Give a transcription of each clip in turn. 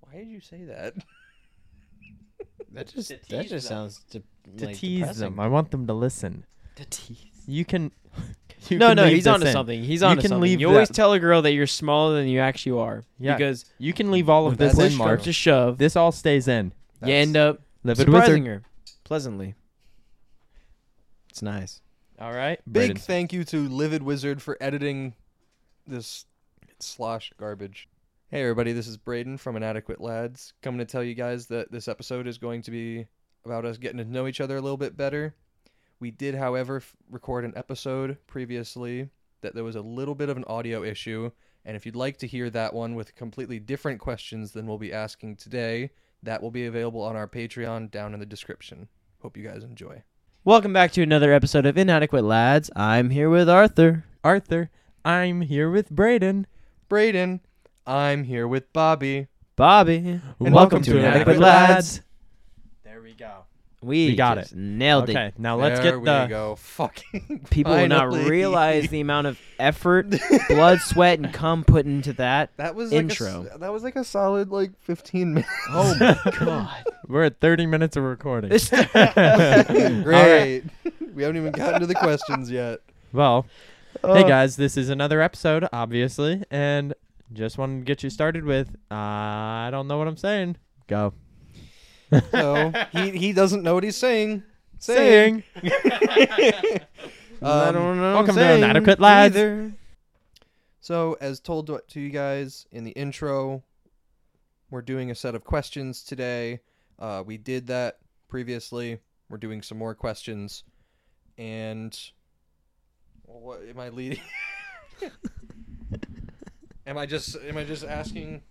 Why did you say that? That just To that tease just them. sounds de- to like tease depressing. them. I want them to listen. To tease. You can. you no, can no, leave he's this onto in. something. He's You onto can something. leave you always that- tell a girl that you're smaller than you actually are. Yeah. Because You can leave all of when this push in, Mark. comes to shove, This all stays in. you That's- end up Live it with surprising her. her pleasantly. It's nice. All right. Big Brayden. thank you to Livid Wizard for editing this slosh garbage. Hey, everybody, this is Braden from Inadequate Lads coming to tell you guys that this episode is going to be about us getting to know each other a little bit better. We did, however, f- record an episode previously that there was a little bit of an audio issue. And if you'd like to hear that one with completely different questions than we'll be asking today, that will be available on our Patreon down in the description. Hope you guys enjoy. Welcome back to another episode of Inadequate Lads. I'm here with Arthur. Arthur, I'm here with Braden. Braden, I'm here with Bobby. Bobby. welcome to Inadequate Lads. There we go. We, We got just Nailed it. Okay, now let's there get we the. go. Fucking People will not finally. realize the amount of effort, blood, sweat, and cum put into that. That was intro. Like a, s- that was like a solid like fifteen minutes. Oh my god. We're at 30 minutes of recording. This- Great. we haven't even gotten to the questions yet. well, Uh, hey guys, this is another episode, obviously, and just wanted to get you started with. Uh, I don't know what I'm saying. Go. So he he doesn't know what he's saying. Saying. Saying. I Um, don't know. Welcome to saying Inadequate Lads. either. So as told to, to you guys in the intro, we're doing a set of questions today. Uh, we did that previously. We're doing some more questions, and well, what am I leading? am I just am I just asking?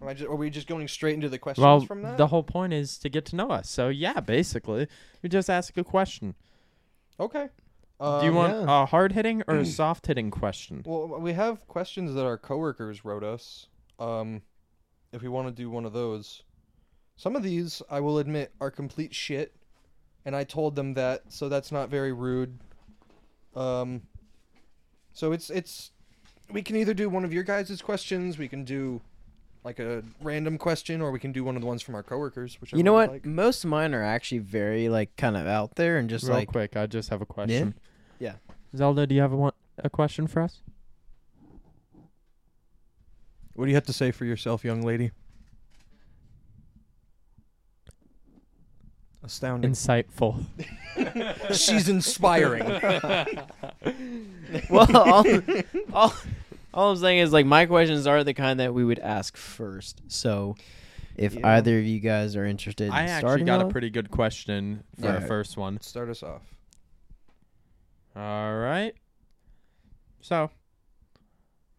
Am I just, are we just going straight into the questions Well, from that? the whole point is to get to know us. So yeah, basically, we just ask a question. okay. Uh, Do you Um, want yeah. a hard hitting or a soft hitting question? Well, we have questions that our coworkers wrote us. Um, if we want to do one of those, some of these I will admit are complete shit, and I told them that, so that's not very rude. Um, so it's it's we can either do one of your guys' questions, we can do like a random question, or we can do one of the ones from our coworkers. Which You know what? Most of mine are actually very like kind of out there and just Real like quick, I just have a question. Yeah. Zelda, do you have a one, a question for us? What do you have to say for yourself, young lady? Astounding. Insightful. She's inspiring. well, all, all, all I'm saying is like my questions are the kind that we would ask first. So, if Yeah. either of you guys are interested, in I actually starting got a off- pretty good question for our Yeah. first one. Start us off. All right. So,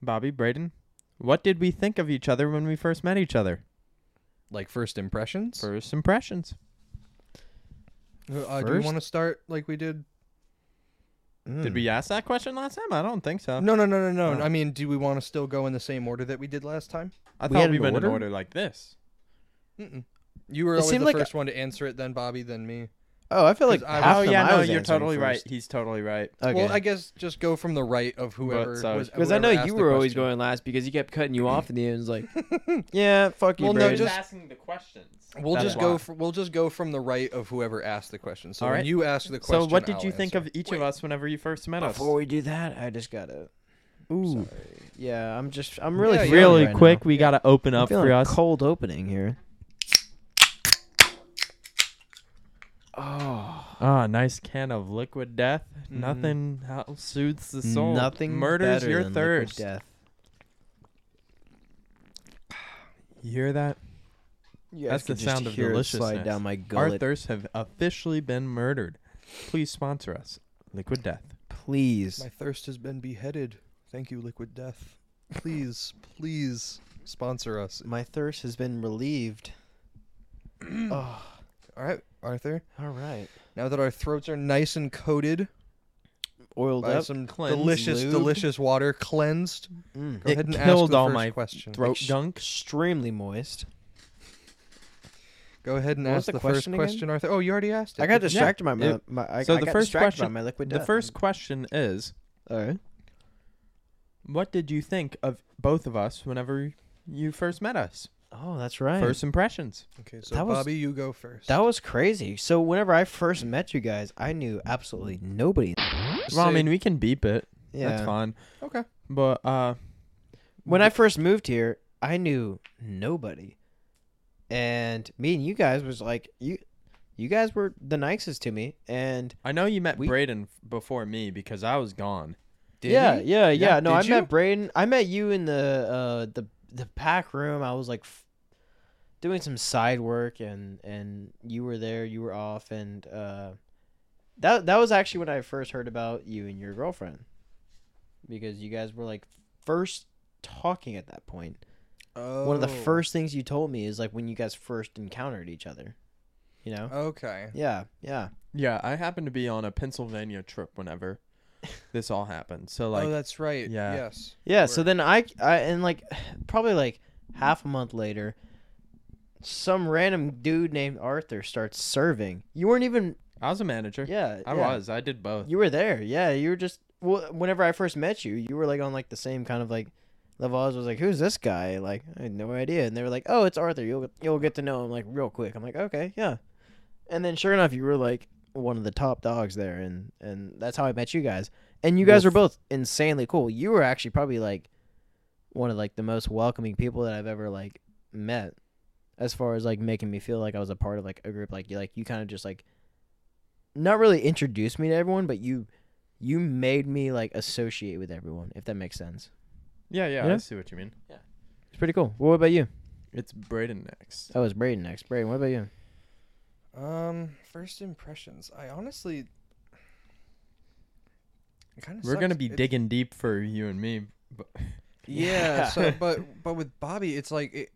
Bobby, Braden, what did we think of each other when we first met each other? Like first impressions? First impressions. Uh, do you First? want to start like we did? Hmm. Did we ask that question last time? I don't think so. No, no, no, no, no. Oh. I mean, do we want to still go in the same order that we did last time? I We thought had we an went order? in order like this. Mm-mm. You were It always the seemed like a- first one to answer it, then Bobby, then me. Oh, I feel like 'Cause I half oh of them yeah, I no, was you're answering totally right. first. He's totally right. Okay. Well, I guess just go from the right of whoever so- was. because I whoever know asked you the were always question. going last because you kept cutting you off in the end. It's like, yeah, fuck you, Well, no, Brandon. just- asking the questions. We'll That's just why. go. For, we'll just go from the right of whoever asked the question. So All when right. you asked the So, question, what did I'll you think answer. of each of us whenever you first met us? Before we do that, I just gotta. Ooh. Yeah, I'm just. I'm really Yeah, feeling really right quick, we Yeah. gotta open Now. I'm up feeling for a us. cold opening here. Oh. Ah, nice can of liquid death. Nothing hel- soothes the soul. Nothing murders better your than liquid thirst. Death. You hear that? Yeah, That's I could the just sound of hear it Slide deliciousness. down my Our gullet. thirsts have officially been murdered. Please sponsor us, Liquid Death. please. My thirst has been beheaded. Thank you, Liquid Death. Please, please sponsor us. My thirst has been relieved. oh, All right, Arthur. all right. Now that our throats are nice and coated Oiled by up. some Cleansed, delicious, lubed. delicious water, cleansed. Mm. Go It ahead and ask killed the all first my question. Throat Ex- dunk. Extremely moist. Go ahead and What was ask the, the first question again? question, Arthur. Oh, you already asked it. I got didn't you? distracted by my, it- my I, so I the got first distracted question- by my liquid The death. first question is, All right. what did you think of both of us whenever you first met us? Oh, that's right. First impressions. Okay, so That was- Bobby, you go first. that was crazy. So whenever I first met you guys, I knew absolutely nobody. Well, I mean, we can beep it. Yeah. That's fine. okay. But uh, When I first moved here, I knew nobody. And me and you guys was like you you guys were the nicest to me and I know you met We- Braden f- before me because I was gone. Did yeah, he? yeah, yeah, Yeah, No, I did you? met Braden. I met you in the uh the the pack room. I was like f- doing some side work and and you were there, you were off and uh that that was actually when I first heard about you and your girlfriend. Because you guys were like first talking at that point. One of the Oh, first things you told me is like when you guys first encountered each other. You know? Okay. Yeah, yeah. Yeah, I happened to be on a Pennsylvania trip whenever this all happened. So like, oh, that's right. yeah. Yes. Yeah, so then I, I and like probably like half a month later, some random dude named Arthur starts serving. You weren't even I was a manager. yeah. I yeah. was. I did both. You were there. Yeah, you were just well, whenever I first met you, you were like on like the same kind of like level. I was like, "Who's this guy?" Like, I had no idea. And they were like, "Oh, it's Arthur. You'll you'll get to know him like real quick." I'm like, "Okay, yeah." And then sure enough, you were like one of the top dogs there, and and that's how I met you guys. And you guys were both insanely cool. You were actually probably like one of like the most welcoming people that I've ever like met, as far as like making me feel like I was a part of like a group. Like you like you kind of just like not really introduced me to everyone, but you you made me like associate with everyone, if that makes sense. yeah, yeah, Yeah. I see what you mean. It's pretty cool. Well, what about you? It's Braden next. That was Braden next. Braden, what about you? Um, first impressions. I honestly. It kinda We're gonna sucks. be It- digging deep for you and me. But Yeah. So, Yeah. but but with Bobby, it's like it,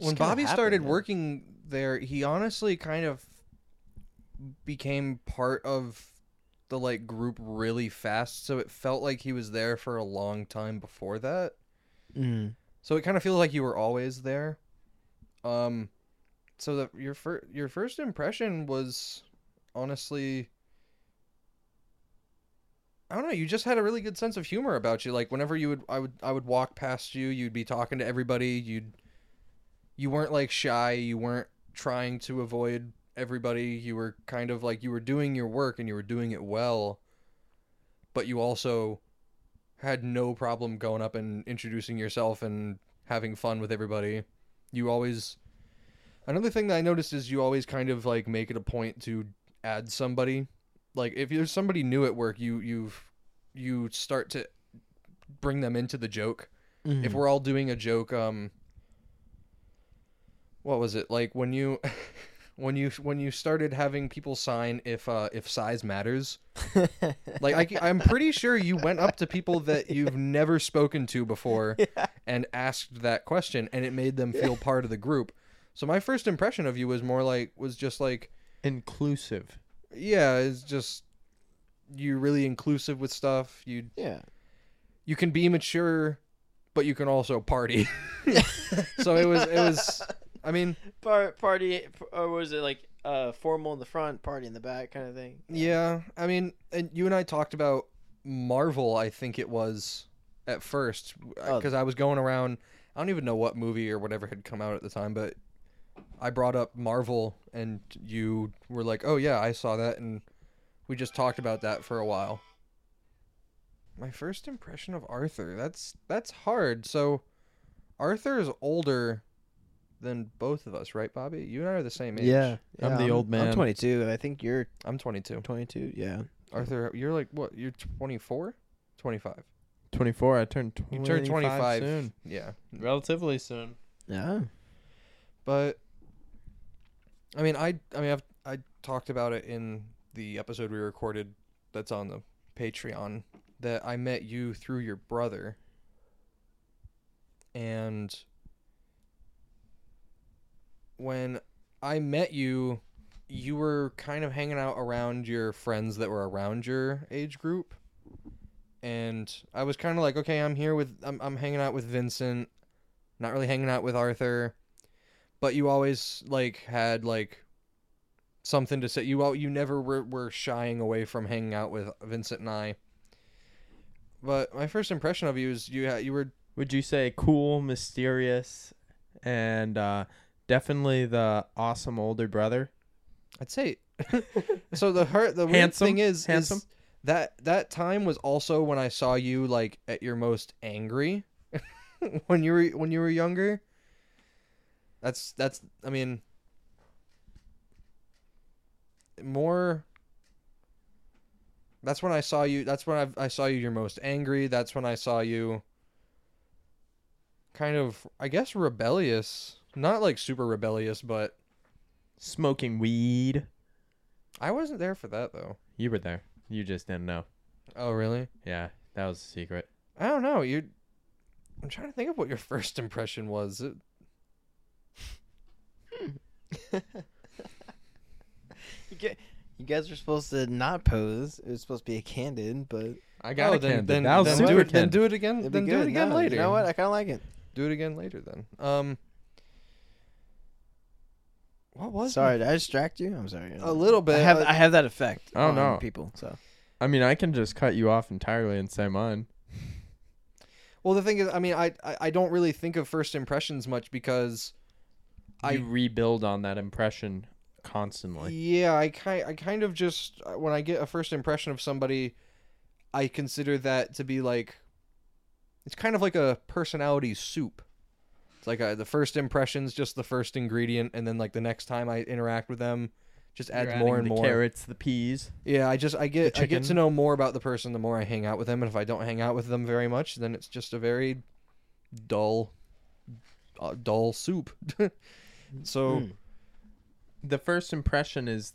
when Bobby started working there, he honestly kind of became part of the like group really fast. So it felt like he was there for a long time before that. mm So it kind of feels like you were always there. Um, so the, your first your first impression was honestly, I don't know. You just had a really good sense of humor about you. Like whenever you would, I would, I would walk past you. You'd be talking to everybody. You'd, you weren't like shy. You weren't trying to avoid everybody. You were kind of like you were doing your work and you were doing it well. But you also had no problem going up and introducing yourself and having fun with everybody. You always another thing that I noticed is you always kind of like make it a point to add somebody. Like if there's somebody new at work, you you've you start to bring them into the joke. If we're all doing a joke, um what was it? Like when you when you when you started having people sign if uh if size matters like I, c- I'm pretty sure you went up to people that you've never spoken to before and asked that question, and it made them feel part of the group. So my first impression of you was more like was just like, inclusive. yeah, it's just you're really inclusive with stuff. You yeah. you can be mature, but you can also party. so it was it was. I mean, Par- party, or was it like uh, formal in the front, party in the back kind of thing? Yeah, I mean, and you and I talked about Marvel. I think it was at first Oh. because I was going around. I don't even know what movie or whatever had come out at the time, but I brought up Marvel, and you were like, "Oh yeah, I saw that," and we just talked about that for a while. My first impression of Arthur. That's that's hard. So Arthur is older than both of us, right, Bobby? You and I are the same age. Yeah, I'm the old I'm man. 22, and I think you're I'm 22. 22. Yeah, Arthur, you're like what? You're 24, 25. 24. I turned 25 You turned 25 soon. Yeah, Relatively soon. yeah. but I mean, I I mean, I've I talked about it in the episode we recorded that's on the Patreon that I met you through your brother, and when I met you, you were kind of hanging out around your friends that were around your age group. And I was kind of like, okay, I'm here with, I'm, I'm hanging out with Vincent, not really hanging out with Arthur but you always like had like something to say. You all you never were, were shying away from hanging out with Vincent and I. But my first impression of you is you ha- you were Would you say cool, mysterious, and uh, definitely the awesome older brother. I'd say. so the hurt the weird Handsome, thing is, is handsome. that that time was also when I saw you like at your most angry when you were when you were younger. That's that's I mean more That's when I saw you that's when I I saw you your most angry. That's when I saw you kind of I guess rebellious. Not like super rebellious, but Smoking weed. I wasn't there for that though. You were there. You just didn't know. Oh, really? Yeah, that was a secret. I don't know. You, I'm trying to think of what your first impression was. It, You, get, you guys were supposed to not pose. It was supposed to be a candid, but I got got it, Then, Camden. then, That was then, super do it, then Camden. do it again. it'd be then do good. it again No, later. You know what? I kind of like it. Do it again later. Then. Um. What was? Sorry, did I distract you? I'm sorry. A little I bit. have uh, I have that effect. Oh, on no. people. So I mean, I can just cut you off entirely and say mine. well, the thing is, I mean, I, I I don't really think of first impressions much because I- I rebuild on that impression constantly. Yeah, I kind I kind of just uh, when I get a first impression of somebody, I consider that to be like it's kind of like a personality soup. It's like a, the first impression's just the first ingredient and then like the next time I interact with them just adds more and the more. Carrots, the peas. Yeah, I just I get I get to chicken. know more about the person the more I hang out with them and if I don't hang out with them very much, then it's just a very dull uh, dull soup. so Hmm. Mm. The first impression is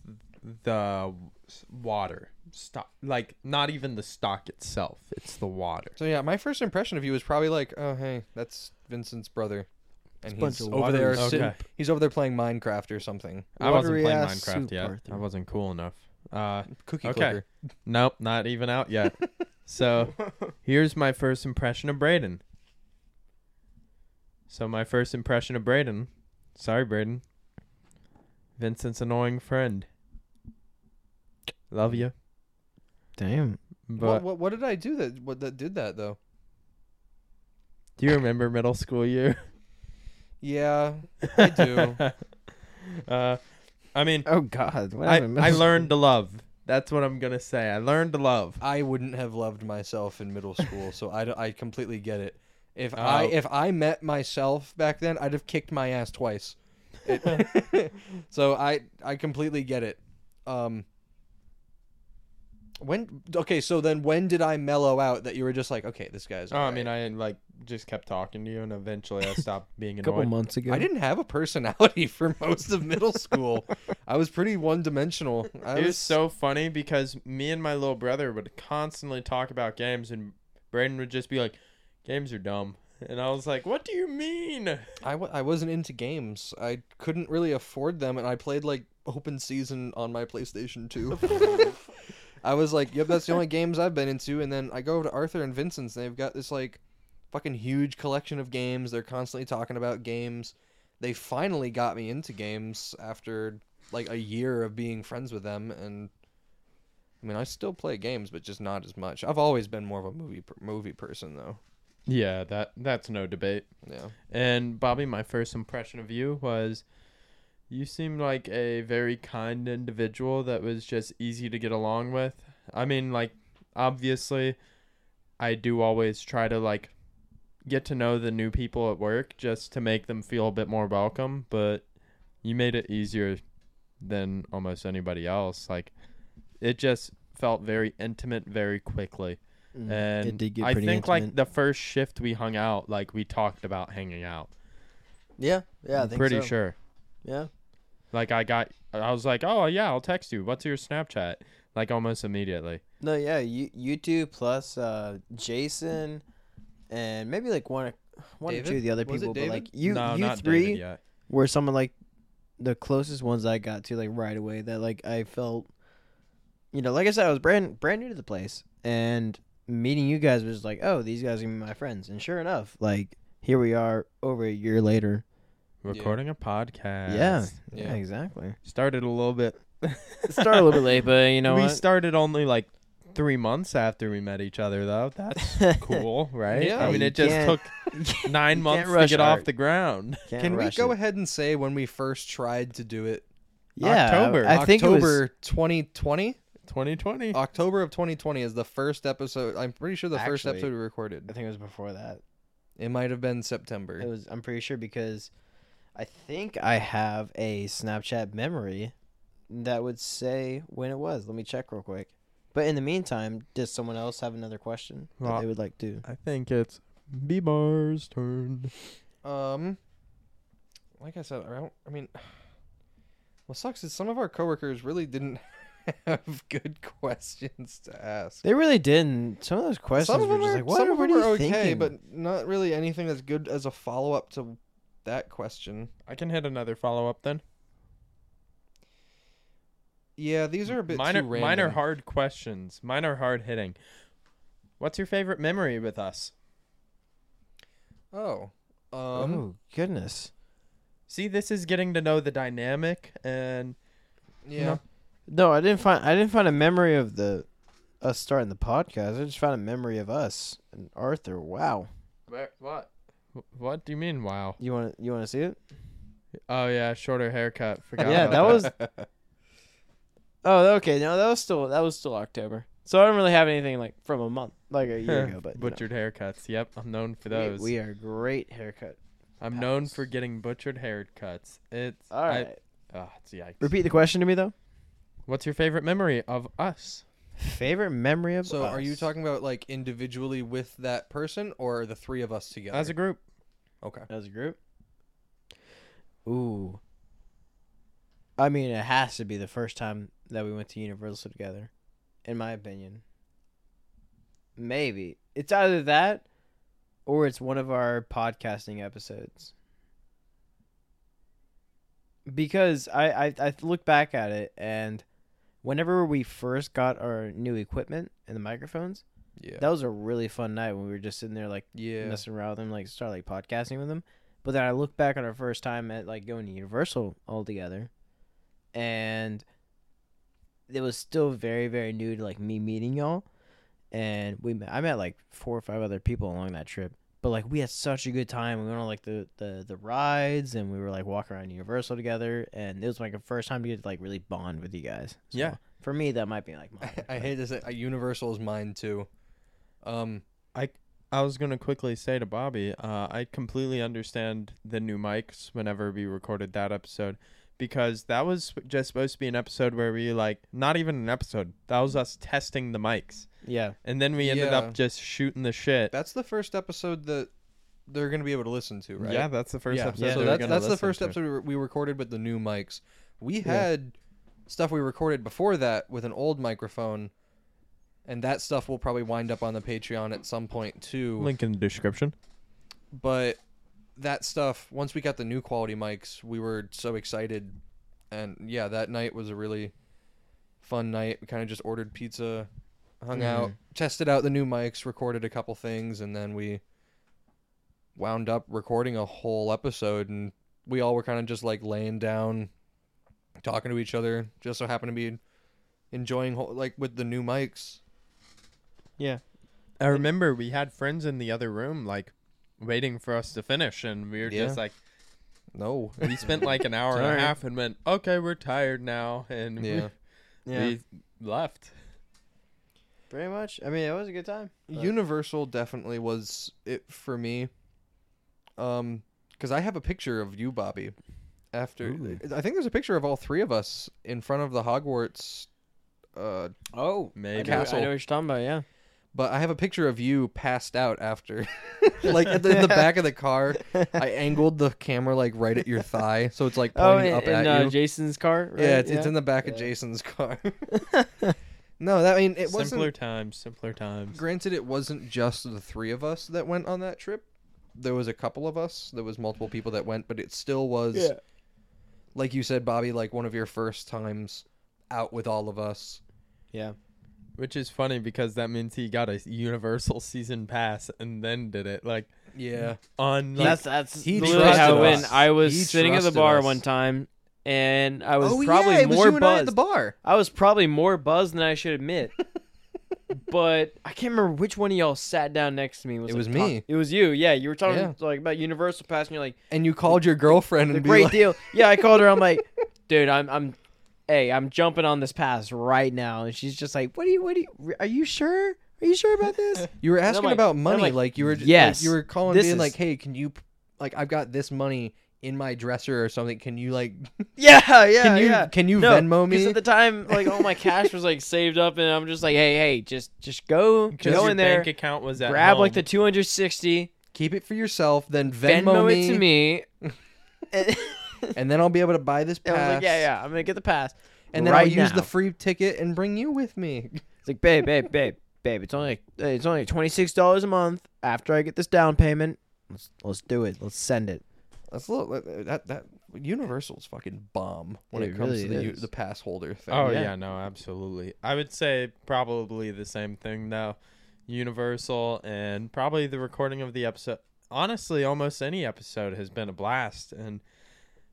the s- water. Stop. Like not even the stock itself. It's the water. So yeah, my first impression of you was probably like, "Oh hey, that's Vincent's brother," and It's a bunch he's of over there waters. sitting. Okay. He's over there playing Minecraft or something. I wasn't Watery playing ass Minecraft soup, yet. Arthur. I wasn't cool enough. Uh, Cookie Okay. clicker. nope, not even out yet. so here's my first impression of Braden. So my first impression of Braden. Sorry, Braden. Vincent's annoying friend. Love you, damn. What, but what what did I do that what that did that though? do you remember middle school year? Yeah, I do. uh, I mean, Oh God, what I, happened in I middle school? learned to love. That's what I'm gonna say. I learned to love. I wouldn't have loved myself in middle school, so I, d- I completely get it. If I Oh. if I met myself back then, I'd have kicked my ass twice. It- so I I completely get it. Um when okay, so then when did I mellow out that you were just like, okay, this guy's Oh, I alright. mean, I like just kept talking to you, and eventually I stopped being a couple annoyed. months ago. I didn't have a personality for most of middle school. I was pretty one dimensional. I It was, was so funny because me and my little brother would constantly talk about games, and Braden would just be like, "Games are dumb," and I was like, "What do you mean?" I, w- I wasn't into games. I couldn't really afford them, and I played like open season on my PlayStation 2. I was like, yep, that's the only games I've been into. And then I go over to Arthur and Vincent's, and they've got this like fucking huge collection of games. They're constantly talking about games. They finally got me into games after like a year of being friends with them. And I mean, I still play games, but just not as much. I've always been more of a movie per- movie person, though. Yeah, that that's no debate. Yeah. And Bobby, my first impression of you was, you seemed like a very kind individual that was just easy to get along with. I mean, like obviously, I do always try to like get to know the new people at work just to make them feel a bit more welcome, but you made it easier than almost anybody else. Like it just felt very intimate very quickly. Mm, And it did get I pretty think like intimate. the first shift we hung out, like we talked about hanging out. yeah, yeah. I I'm think pretty so. sure. Yeah. Like I got, I was like, oh yeah, I'll text you. What's your Snapchat? Like almost immediately. No, yeah, you you two plus uh, Jason, and maybe like one one David? or two of the other Was it people, but David? like you no, you not three David yet. were some of like the closest ones I got to like right away that like I felt, you know, like I said, I was brand brand new to the place, and meeting you guys was like, oh, these guys are gonna be my friends, and sure enough, like here we are over a year later. Recording a podcast. Yeah, yeah, Yeah. exactly. Started a little bit. Start a little bit late, but you know we what? started only like three months after we met each other, though. That's cool, right? Yeah. I mean, You it just can't- took you nine can't months to rush get art. off the ground. Can't Can we rush go it. ahead and say when we first tried to do it? Yeah, October. I think it was- October 2020. 2020. October of 2020 is the first episode. I'm pretty sure the first Actually- episode we I recorded. think it was before that. It might have been It September. was. I'm pretty sure because I think I have a Snapchat memory that would say when it was. Let me check real quick. But in the meantime, does someone else have another question that Well, they would like to? I think it's B Bar's turn. Um, like I said, I don't. I mean, what sucks is some of our coworkers really didn't have good questions to ask. They really didn't. Some of those questions Some of were them just are, like, what, some of what them are are you okay, thinking? but not really anything that's good as a follow up to that question. I can hit another follow up then. Yeah, these are a bit mine are, too random. mine are hard questions. Mine are hard hitting. What's your favorite memory with us? Oh, um, oh goodness. See, this is getting to know the dynamic, and yeah. no. No, I didn't find. I didn't find a memory of the us starting the podcast. I just found a memory of us and Arthur. Wow. what? What do you mean? Wow. You want to you want to see it? Oh yeah, shorter haircut. Forgot. Yeah, about that was- Oh, okay. No, that was still that was still October. So I don't really have anything like from a month, like a year ago. But you know. butchered haircuts. Yep, I'm known for We- those. We, are great haircut. I'm known pals. for getting butchered haircuts. It's All I- right. ah, it's yikes. Repeat the question to me though. What's your favorite memory of us? Favorite memory of So are you us? talking about like individually with that person or the three of us together? As a group, okay. as a group? Ooh. I mean, it has to be the first time that we went to Universal together, in my opinion. Maybe it's either that, or it's one of our podcasting episodes. Because I I, I look back at it and. Whenever we first got our new equipment and the microphones, Yeah. that was a really fun night when we were just sitting there like yeah. messing around with them, like start like podcasting with them. But then I look back on our first time at like going to Universal all together, and it was still very very new to like me meeting y'all, and we met, I met like four or five other people along that trip. But like we had such a good time. We went on like the the the rides, and we were like walking around Universal together, and it was like the first time to get to like really bond with you guys. So, Yeah. For me, that might be like my. I hate this. uh, Universal is mine too. Um. I was gonna quickly say to Bobby, uh, I completely understand the new mics whenever we recorded that episode, because that was just supposed to be an episode where we like not even an episode. That was us testing the mics, Yeah. and then we ended Yeah. up just shooting the shit. That's the first episode that they're gonna be able to listen to, right? Yeah, that's the first yeah. episode. Yeah. they So were that's gonna that's the listen first to. episode we re- we recorded with the new mics. We Yeah. had stuff we recorded before that with an old microphone, and that stuff will probably wind up on the Patreon at some point too. Link in the description. but that stuff once we got the new quality mics we were so excited and yeah that night was a really fun night we kind of just ordered pizza hung out tested out the new mics recorded a couple things and then we wound up recording a whole episode and we all were kind of just like laying down talking to each other just so happened to be enjoying whole, like with the new mics I remember we had friends in the other room, like waiting for us to finish, and we were Yeah. just like, no we spent like an hour and Sorry. a half and went, okay, we're tired now, and we- yeah we, left. Pretty much. I mean, it was a good time. but- Universal definitely was it for me. Um, because I have a picture of you, Bobby. After Ooh. I think there's a picture of all three of us in front of the Hogwarts. Uh, Oh, Maybe. I know, Castle. I know what you're talking about. Yeah. but I have a picture of you passed out after, like in the, in the back of the car. I angled the camera like right at your thigh, so it's like oh, pointing in, up in, at uh, you. Jason's car. Right? Yeah, it's, it's in the back of Yeah. Jason's car. no, that I mean it wasn't. simpler times, simpler times. Granted, it wasn't just the three of us that went on that trip. There was a couple of us. There was multiple people that went, but it still was, like you said, Bobby, like one of your first times out with all of us. yeah. Which is funny because that means he got a Universal season pass and then did it. Like Yeah, on like, that's that's he literally how it trusted went. us. I was He sitting at the trusted bar us. one time, and I was oh probably yeah, it was more you and I at buzzed. the bar. I was probably more buzzed than I should admit. but I can't remember which one of y'all sat down next to me. and It like, was "Tom-" me. It was you. Yeah, you were talking Yeah. like about Universal Pass, and you're like, And you called your girlfriend the and be great like, deal. Yeah, I called her. I'm like, dude, I'm I'm, hey, I'm jumping on this pass right now, and she's just like, what do you what do you are you sure? Are you sure about this? you were asking like- about I'm money, like, like, you were, j- like, "Yes, you were calling, this being like, is- hey, can you, p- like, I've got this money in my dresser or something. Can you like, yeah, yeah, can you, yeah. can you No, Venmo 'cause me? at the time, like all my cash was like saved up, and I'm just like, hey, hey, just just go, Because go your in there, bank account was at grab like the home. 260, Keep it for yourself, then Venmo, Venmo, it to me. and and then I'll be able to buy this I pass. was like, yeah, yeah, I'm gonna get the pass. And then right I'll use now. the free ticket and bring you with me. It's like, babe, babe, babe, babe. It's only hey, it's only twenty six dollars a month after I get this down payment. Let's let's do it. Let's send it. That's a little, that that Universal's fucking bomb when It it, comes really to the u- is. the pass holder thing. Oh Yeah. yeah. no, absolutely. I would say probably the same thing though. Universal and probably the recording of the episode. Honestly, almost any episode has been a blast and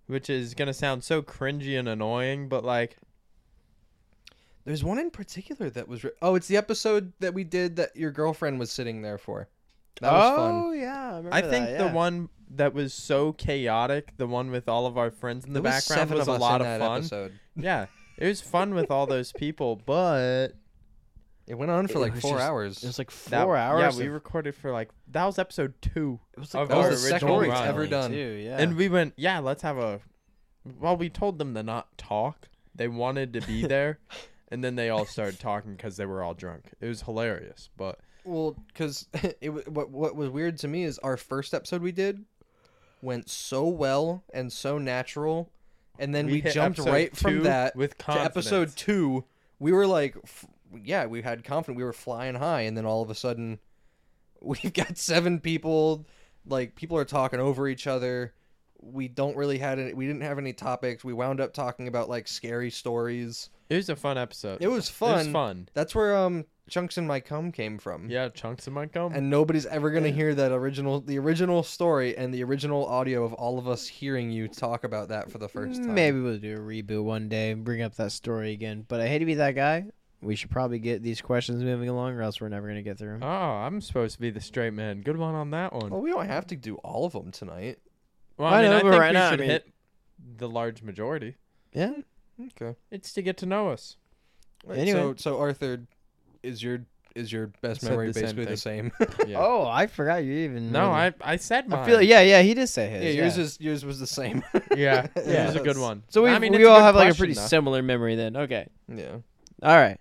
which is going to sound so cringy and annoying, but like There's one in particular that was. Re- oh, it's the episode that we did that your girlfriend was sitting there for. That was fun. oh yeah, I, remember I think that, the yeah. one that was so chaotic, the one with all of our friends in the There was background seven was of a us lot in of that fun. Episode. Yeah. It was fun with all those people, but It went on for It like was four just- hours. It was like four that- hours. Yeah, we of- recorded for like that was episode 2. It was of that was our the second original one we've run. ever done. Too, yeah. And we went, yeah, let's have a. Well, we told them to not talk. They wanted to be there, and then they all started talking because they were all drunk. It was hilarious, but Well, because it wa- what what was weird to me is our first episode we did went so well and so natural, and then we, hit jumped episode right two from that with to confidence. episode two. We were like, f- yeah, we had confidence. We were flying high, and then all of a sudden, we've got seven people. Like people are talking over each other. We don't really had any. We didn't have any topics. We wound up talking about like scary stories. It was a fun episode. It was It fun. was fun. That's where um chunks in my cum came from Yeah, chunks of my gum. and nobody's ever gonna hear that original the original story and the original audio of all of us hearing you talk about that for the first time. Maybe we'll do a reboot one day and bring up that story again. But I hate to be that guy. We should probably get these questions moving along, or else we're never gonna get through oh, them. I'm supposed to be the straight man. Good one on that one. Well, we don't have to do all of them tonight. Well, I I mean, know, I but think right we now, I should mean- hit the large majority. yeah. Okay. It's to get to know us. Anyway. So so Arthur, is your is your best Said memory the same basically the same? Yeah. Oh, I forgot you even. no, really- I I said mine. I feel. Yeah, yeah. He did say his. yeah, yours is yours was the same. yeah. yeah. Yeah, It was a good that's- one. So we I mean, we it's a all good have like a question, pretty though. similar memory then. Okay. yeah. All right.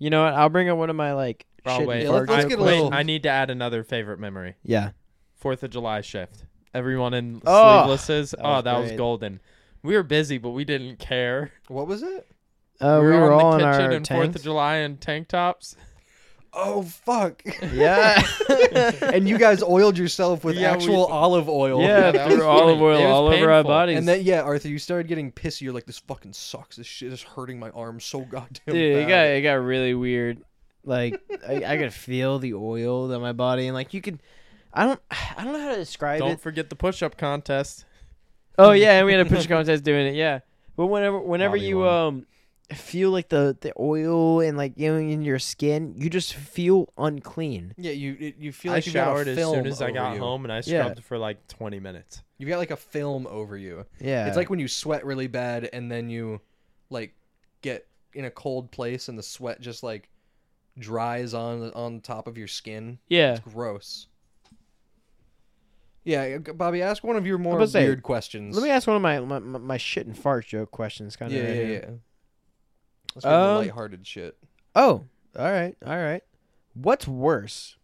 You know what? I'll bring up one of my like. Oh shit wait, Yeah, let's- fart let's I, get a wait, little- I need to add another favorite memory. Yeah. Fourth of July shift. Everyone in Oh, sleevelesses. that oh, was that was great. golden. We were busy, but we didn't care. What was it? Uh, we were all in the our kitchen in Fourth of tanks. July in tank tops. Oh fuck. Yeah. and you guys oiled yourself with Yeah, we- actual olive oil. Yeah, that yeah, was threw olive funny. oil It was all over our painful. bodies. And then yeah, Arthur, you started getting pissy. You're like, this fucking sucks. This shit is hurting my arm so goddamn Dude, it bad." got it got really weird. Like I, I could feel the oil on my body, and like you could, I don't, I don't know how to describe Don't it. forget the push-up contest. Oh yeah, and we had a push contest doing it. Yeah, but whenever whenever Bobby you won. um feel like the the oil and like you know, in your skin, you just feel unclean. Yeah, you it, you feel I like you've got a showered as film soon as I over got you. home, and I scrubbed for like 20 minutes. You've got like a film over you. Yeah, It's like when you sweat really bad and then you like get in a cold place and the sweat just like dries on on top of your skin. yeah. Gross. Yeah, uh, Bobby, ask one of your more about weird to say, questions. Let me ask one of my my, my shit and fart joke questions. Kind yeah, of. yeah, yeah. Let's get into Um, lighthearted shit. Oh, all right, all right. What's worse,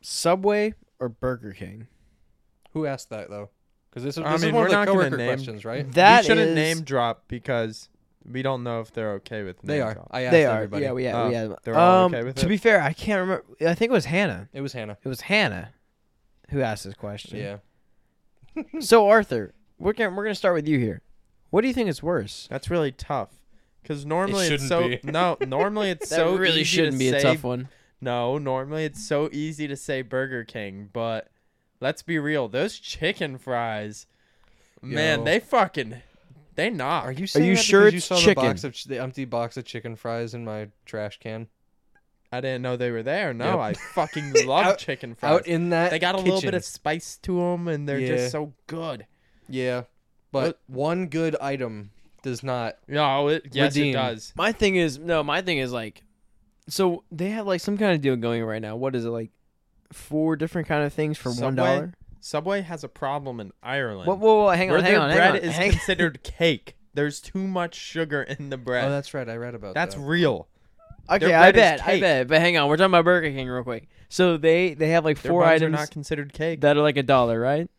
Subway or Burger King? Who asked that though? Because this, is- I this mean, is one we're of the not gonna coworker name- questions, right? That we shouldn't is- name drop because we don't know if they're okay with name They are. drop. I asked they are. everybody. Yeah, we had. Oh, we had they're all um, okay with To it? be fair, I can't remember. I think it was Hannah. It was Hannah. It was Hannah who asked this question. Yeah. So Arthur, we're gonna we're gonna start with you here. What do you think is worse? That's really tough. Because normally it's shouldn't so be. no. Normally it's so easy to say one. No, normally it's so easy to say Burger King, but let's be real. Those chicken fries, man, Yo. they fucking, they knock. Are you saying you that sure because you it's saw the box chicken? of ch- the empty box of chicken fries in my trash can? I didn't know they were there. No, Yep. I fucking love Out- chicken fries. Out in that, they got a little bit kitchen. of spice to them, and they're Yeah. just so good. yeah, but one good item does not. No, it, yes, Redeem. it does. My thing is no. My thing is like, so they have like some kind of deal going right now. What is it like? Four different kind of things for one Subway? dollar. Subway has a problem in Ireland. Whoa, whoa, whoa! Hang where on, hang their on, bread hang on. is hang- considered cake. There's too much sugar in the bread. Oh, that's that's right. I read about that. real. okay, their I bread is bet, I cake. bet. But hang on, we're talking about Burger King real quick. So they they have like Their four buns items are not considered cake. that are like a dollar, right?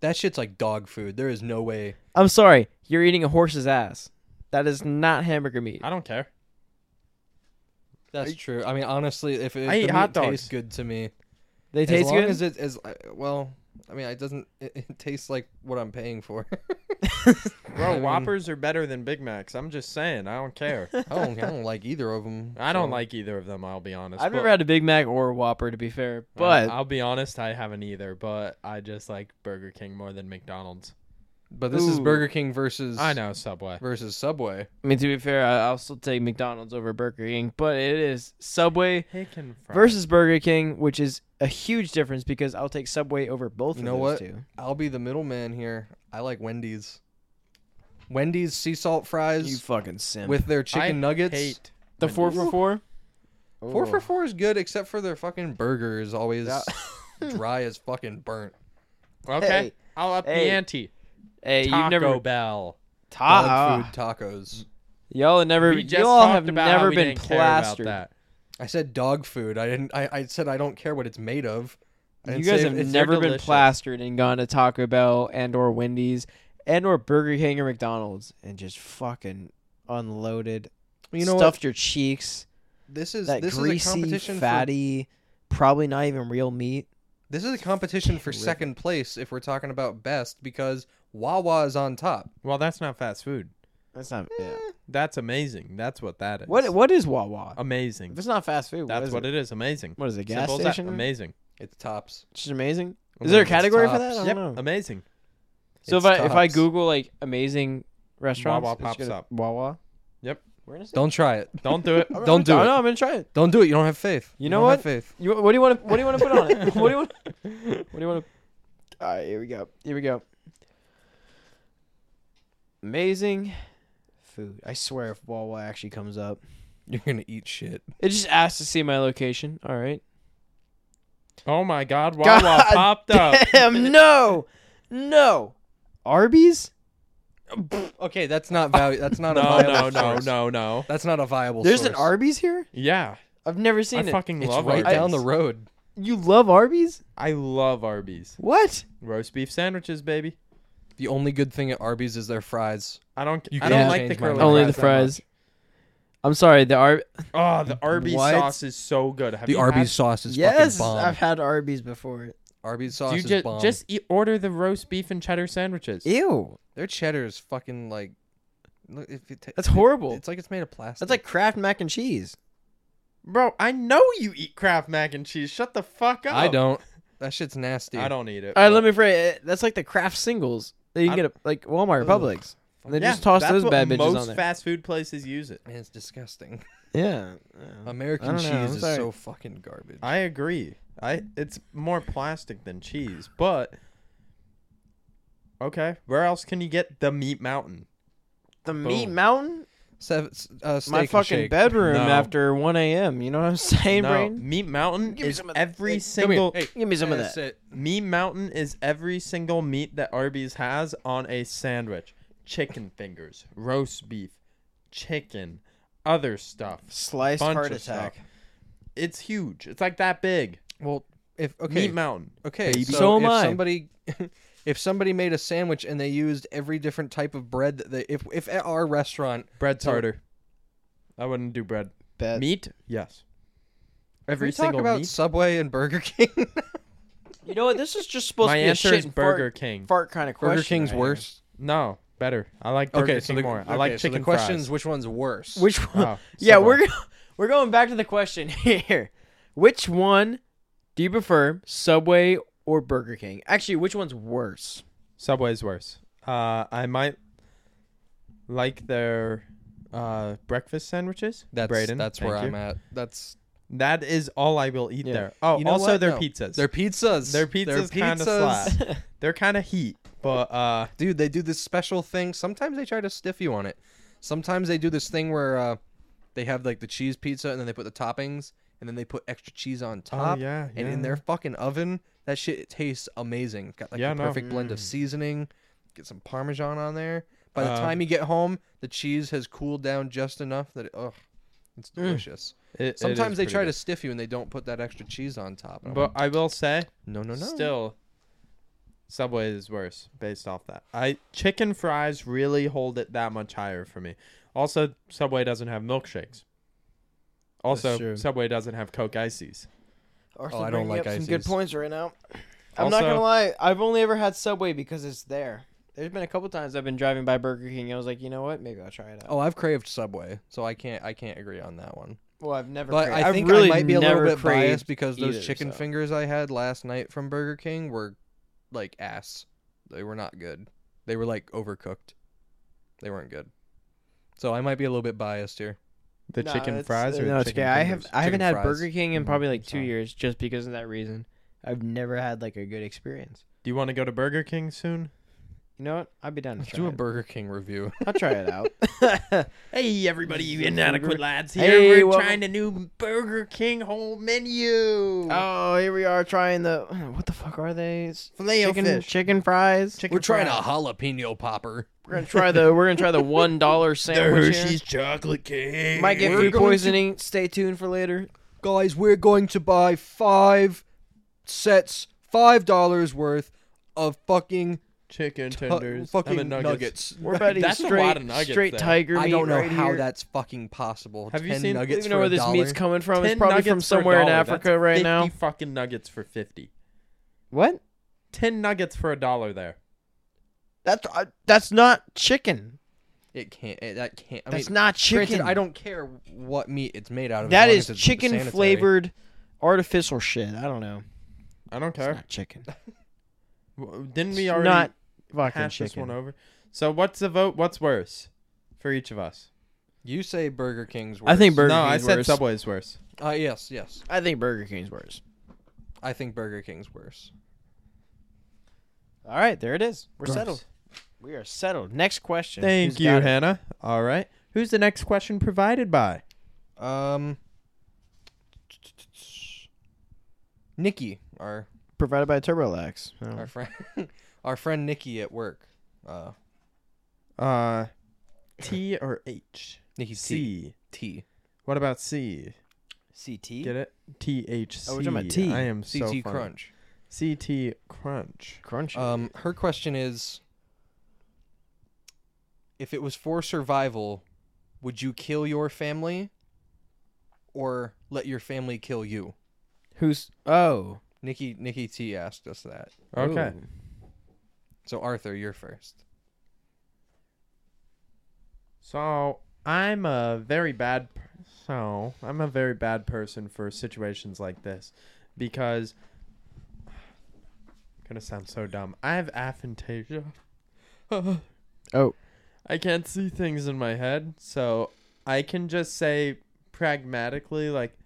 that shit's like dog food. There is no way. I'm sorry, you're eating a horse's ass. That is not hamburger meat. I don't care. That's I- true. I mean, honestly, if it I eat the hot meat dogs. tastes good to me, They as taste long good. as it as I- well. I mean, it doesn't. It, it tastes like what I'm paying for. Bro, I mean- Whoppers are better than Big Macs. I'm just saying. I don't care. I don't. I don't like either of them. I don't like either of them, I'll be honest. I've but- never had a Big Mac or a Whopper, to be fair. Uh, But I'll be honest, I haven't either, but I just like Burger King more than McDonald's. But this is Ooh. Burger King versus I know Subway. versus Subway. I mean, to be fair, I, I'll still take McDonald's over Burger King, but it is Subway Chicken fries. versus Burger King, which is a huge difference because I'll take Subway over both You of know those what? two. I'll be the middleman here. I like Wendy's. Wendy's sea salt fries You fucking simp. with their chicken I nuggets. hate the four for Ooh. four, Four for four is good, except for their fucking burger is always dry as fucking burnt. Okay, Hey. I'll up Hey. the ante. hey, Taco you've never Bell. Dog ta- food tacos. Y'all have never. We just Y'all talked have about how never we been didn't care about plastered. that. I said dog food. I didn't. I, I said I don't care what it's made of. I You didn't guys say have if it's- never been delicious. plastered and gone to Taco Bell and or Wendy's and or Burger King or McDonald's and just fucking unloaded, You know stuffed your cheeks. what? This is that this is a greasy, competition. For, fatty, probably not even real meat. this is a competition for Fucking second place if we're talking about best because Wawa is on top. Well, that's not fast food. That's not. That's amazing. That's what that is. Eh, What what is Wawa? Amazing. If it's not fast food, That's what it? it is. Amazing. What is it? Gas Simple as that. station? Amazing. It's tops. It's just amazing. Is there a It's category tops. for that? I don't Yep. know. Amazing. So if It's I if I tops. Google like amazing restaurants, Wawa it's pops gonna- up. Wawa. Yep. We're gonna say- Don't try it. Don't do it. I'm- don't I'm- do I it. know, I'm gonna try it. Don't do it. You don't have faith. You know don't have what? faith. You, what do you want? What do you want to put on it? What do you want? What do you want to? All right, here we go. Here we go. Amazing food. I swear, if Wawa actually comes up, You're gonna eat shit. It just asked to see my location. All right. oh my God! Wawa popped up. Damn, no, no. Arby's? Okay, that's not value. That's not a No, viable. no, no, source. no, no. That's not a viable. There's an source. Arby's here? Yeah, I've never I seen it. fucking It's love right Arby's. down the road. You love Arby's? I love Arby's. What? Roast beef sandwiches, baby. The only good thing at Arby's is their fries. I don't. You I can't don't like the change my curly. mind. Only the fries that fries. I'm sorry. The Ar- Oh, the Arby's What? sauce is so good. Have The you Arby's Had- sauce is Yes, fucking bomb. I've had Arby's before. Arby's sauce you is just bomb. just eat, order the roast beef and cheddar sandwiches. Ew. Their cheddar is fucking like. Look, if it ta- That's horrible. It's like it's made of plastic. That's like Kraft mac and cheese. Bro, I know you eat Kraft mac and cheese. Shut the fuck up. I don't. That shit's nasty. I don't eat it. All right, let but- me phrase it. That's like the Kraft singles that you can I- get at like Walmart or Ugh. Publix. And then Yeah, just toss that's those what bad bitches most on there. fast food places use it. Man, it's disgusting. yeah. American don't know, cheese I'm is sorry. so fucking garbage. I agree. I it's more plastic than cheese, but okay. Where else can you get the meat mountain? The Meat Boom. Mountain? Seven, uh, steak my and fucking shake. bedroom No. after 1 a.m. You know what I'm saying, no, Brain? meat mountain Give me is some of that. every Hey, Come here. single Hey, Give me some of that's that. it. meat mountain is every single meat that Arby's has on a sandwich. Chicken fingers, roast beef, chicken, other stuff. Sliced bunch heart of stuff. attack. It's huge. It's like that big. Well, if okay, Meat mountain. Okay, Baby. so, So am if I. somebody if somebody made a sandwich and they used every different type of bread that they if if at our restaurant Bread's So- harder. I wouldn't do bread. Bet. Meat? Yes. can Every we talk single about meat. Subway and Burger King. You know what? This is just supposed My to be a answer shit is and Burger fart, King. fart kind of question. Burger King's right worse. No, better. I like Burger okay, King so the, more. I okay, like so chicken the questions fries. which one's worse? Here. Which one? Oh, yeah, Subway. we're go- we're going back to the question here. Which one do you prefer, Subway or Burger King? Actually, which one's worse? Subway's worse. Uh, I might like their uh, breakfast sandwiches. That's Brayden, that's where thank I'm you. at. That's That is all I will eat Yeah. there. Oh, You know also what? their No. pizzas. their pizzas. Their pizzas kinda slap. They're kind of heat, but uh, Dude, they do this special thing. Sometimes they try to stiff you on it. Sometimes they do this thing where uh, they have like the cheese pizza and then they put the toppings and then they put extra cheese on top. Oh, yeah, And in yeah. their fucking oven, that shit it tastes amazing. Got like Yeah, the no. perfect blend of seasoning. Get some parmesan on there. By the Uh, time you get home, the cheese has cooled down just enough that it, ugh, it's Mm. delicious. it- it is Sometimes they pretty try good. to stiff you and they don't put that extra cheese on top. And I'm But like, I will say, no, no, no. still, Subway is worse based off that. I chicken fries really hold it that much higher for me. Also, Subway doesn't have milkshakes. Also, true. Subway doesn't have Coke ices. Arthur Oh, I don't bringing like up some good ices. points right now. I'm not Also- gonna lie. I've only ever had Subway because it's there. There's been a couple times I've been driving by Burger King. I was like, you know what? Maybe I'll try it out. Oh, I've craved Subway, so I can't. I can't agree on that one. Well, I've never. But craved- I I've think really I might be a little never bit biased craved because those either, chicken so. fingers I had last night from Burger King were like ass. They were not good. They were like overcooked. They weren't good. So I might be a little bit biased here. The No, chicken it's- fries or uh, no, it's chicken okay. I have fingers? I haven't Chicken had fries. Burger King in Mm, probably like two sorry. years just because of that reason. I've never had like a good experience. Do you want to go to Burger King soon? You know what? I'd be down to Let's try do a it. Burger King review. I'll try it out. Hey everybody, you inadequate lads here. Hey, We're welcome- trying the new Burger King whole menu. oh, here we are trying the what the fuck are they? S- Filet chicken chicken fries. Chicken we're trying a fries. jalapeno popper. We're gonna try the we're gonna try the one dollar the sandwich. here. Hershey's chocolate cake. Might get We're food going to- poisoning. Stay tuned for later. Guys, we're going to buy five sets, five dollars worth of fucking chicken tu- tenders. I fucking mean, nuggets. We're about to eat That's a lot straight, of nuggets straight there. tiger meat I don't know right how here. that's fucking possible. Have you Ten seen- nuggets I don't even know for where a this dollar? meat's coming from. It's Ten probably from nuggets for a somewhere in dollar. Africa That's right 50 now. fucking nuggets for 50. What? 10 nuggets for a dollar there. That's uh, that's not chicken. It can't. It, that can't. I That's mean, not chicken. Granted, I don't care what meat it's made out of. as That long is as it's chicken sanitary. flavored artificial shit. I don't know. I don't It's care. not chicken. W- Didn't It's we already not fucking hash this one chicken. over? So what's the vote? What's worse for each of us? You say Burger King's. Worse. I think Burger no, I King's said worse. Subway's worse. Uh, yes, yes. I think Burger King's worse. I think Burger King's worse. All right, there it is. We're Gross. settled. We are settled. Next question. Thank Who's you, got it? Hannah. All right. Who's the next question provided by? Um. Nikki, our Provided by TurboLax. Oh. our friend, our friend Nikki at work. Uh, Uh, T or H? Nikki T. C. T. What about C? Get CT it? T H C. Oh, we're talking about tea. I am so CT funny. Crunch. C T Crunch. crunchy. Um, her question is: If it was for survival, would you kill your family, or let your family kill you? Who's oh Nikki Nikki T asked us that. Okay. Ooh. So Arthur, you're first. So I'm a very bad. Per- so I'm a very bad person for situations like this, because. gonna sound so dumb. I have aphantasia. Oh. I can't see things in my head, so I can just say pragmatically, like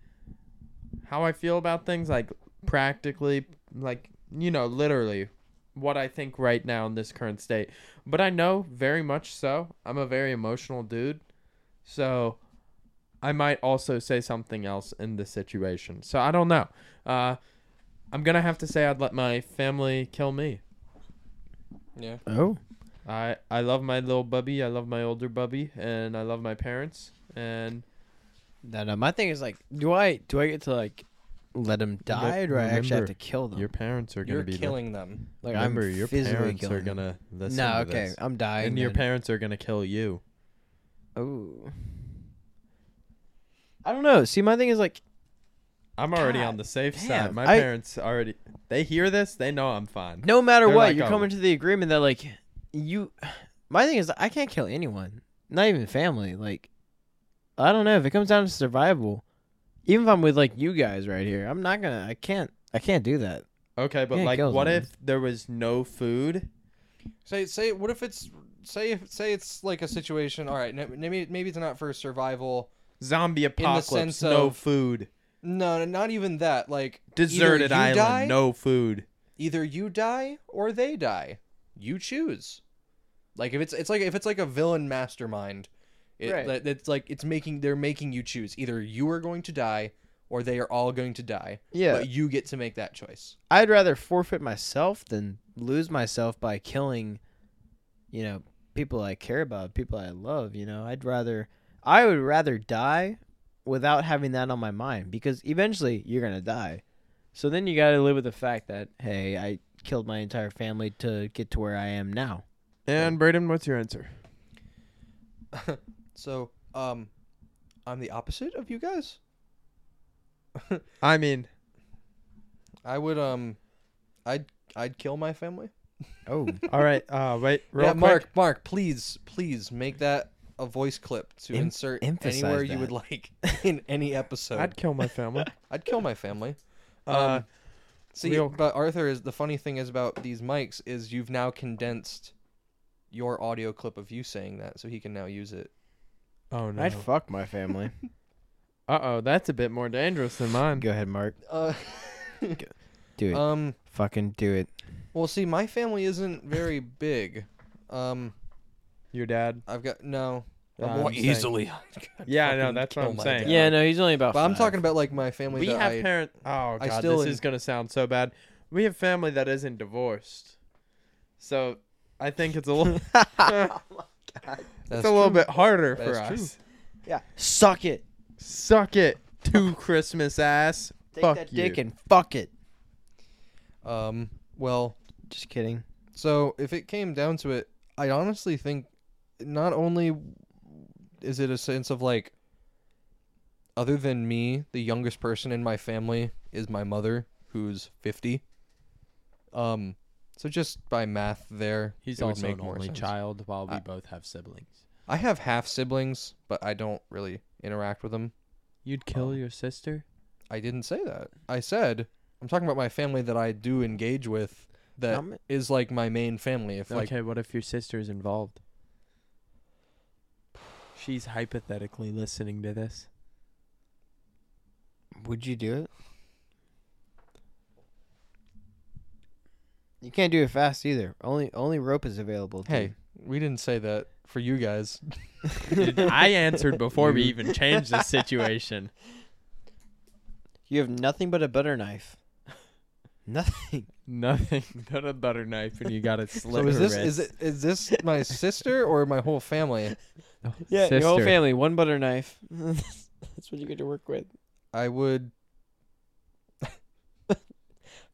how I feel about things, like practically, like you know, literally, what I think right now in this current state. But I know very much so. I'm a very emotional dude. So I might also say something else in this situation. So I don't know. Uh, I'm going to have to say I'd let my family kill me. Yeah. Oh. I, I love my little bubby. I love my older bubby. And I love my parents. And No, no. uh, My thing is like, do I do I get to like let them die, or do I actually have remember, to kill them? your parents are going You're to be. killing them. like, remember, your physically parents are killing them. going to listen No, to okay, this. I'm dying. And your then. parents are going to kill you. Oh. I don't know. See, my thing is like, I'm already God on the safe side. damn, My I- parents already. They hear this, they know I'm fine. no matter They're what, like, you're "Oh." coming to the agreement that like you. My thing is, I can't kill anyone, not even family. Like, I don't know if it comes down to survival. Even if I'm with like you guys right here, I'm not gonna. I can't. I can't do that. Okay, but Yeah, it like, kills what them. if there was no food? Say say what if it's say if say it's like a situation. All right, n- maybe maybe it's not for survival. Zombie apocalypse, sense no of- food, No, no, not even that. Like either deserted you island, die- no food. either you die or they die. You choose. Like if it's it's like if it's like a villain mastermind, it, Right. that- that's like it's making they're making you choose. Either you are going to die or they are all going to die. Yeah. But you get to make that choice. I'd rather forfeit myself than lose myself by killing, you know, people I care about, people I love, you know. I'd rather I would rather die without having that on my mind because eventually you're going to die. So then you got to live with the fact that hey, I killed my entire family to get to where I am now. And Braden, what's your answer? So, um I'm the opposite of you guys. I mean, I would um I'd I'd kill my family. Oh. all right. Uh, wait, real yeah, quick. Mark, Mark, please, please make that a voice clip to Em- insert emphasize anywhere you that. would like in any episode. I'd kill my family. I'd kill my family. Um, Uh, see, real- but Arthur is the funny thing is about these mics is you've now condensed your audio clip of you saying that, so he can now use it. oh no. I'd fuck my family. uh oh, that's a bit more dangerous than mine. Go ahead, Mark. Uh, Do it. um. Fucking do it. Well, see, my family isn't very big. Um, Your dad. I've got no. No, Well, I'm saying- I'd Yeah, I know, fucking that's what kill I'm my saying. dad. Yeah, no, he's only about but I'm talking about like my family. We that have I- parent. Oh I god, still this am- is gonna sound so bad. We have family that isn't divorced, so I think it's a little, that's it's a little true. bit harder for That's true. us. Yeah. Suck it. Suck it, two Christmas ass. Take Fuck that you. dick and fuck it. Um. Well, Just kidding. So if it came down to it, I honestly think not only is it a sense of like, other than me, the youngest person in my family is my mother, who's fifty. Um, so just by math, there He's it would also make an more only sense. child, while we I- both have siblings. I have half siblings, but I don't really interact with them. You'd kill your sister? I didn't say that. I said I'm talking about my family that I do engage with. That is Um, like my main family. If like okay, what if your sister is involved? She's hypothetically listening to this. Would you do it? You can't do it fast either. Only only rope is available. to Hey, you. we didn't say that for you guys. I answered Before we even change this situation, you have nothing but a butter knife. nothing. nothing. got a butter knife and you got it slit. So is her this wrist. is it is this my sister or my whole family? Yeah, sister. your whole family, one butter knife. That's what you get to work with. I would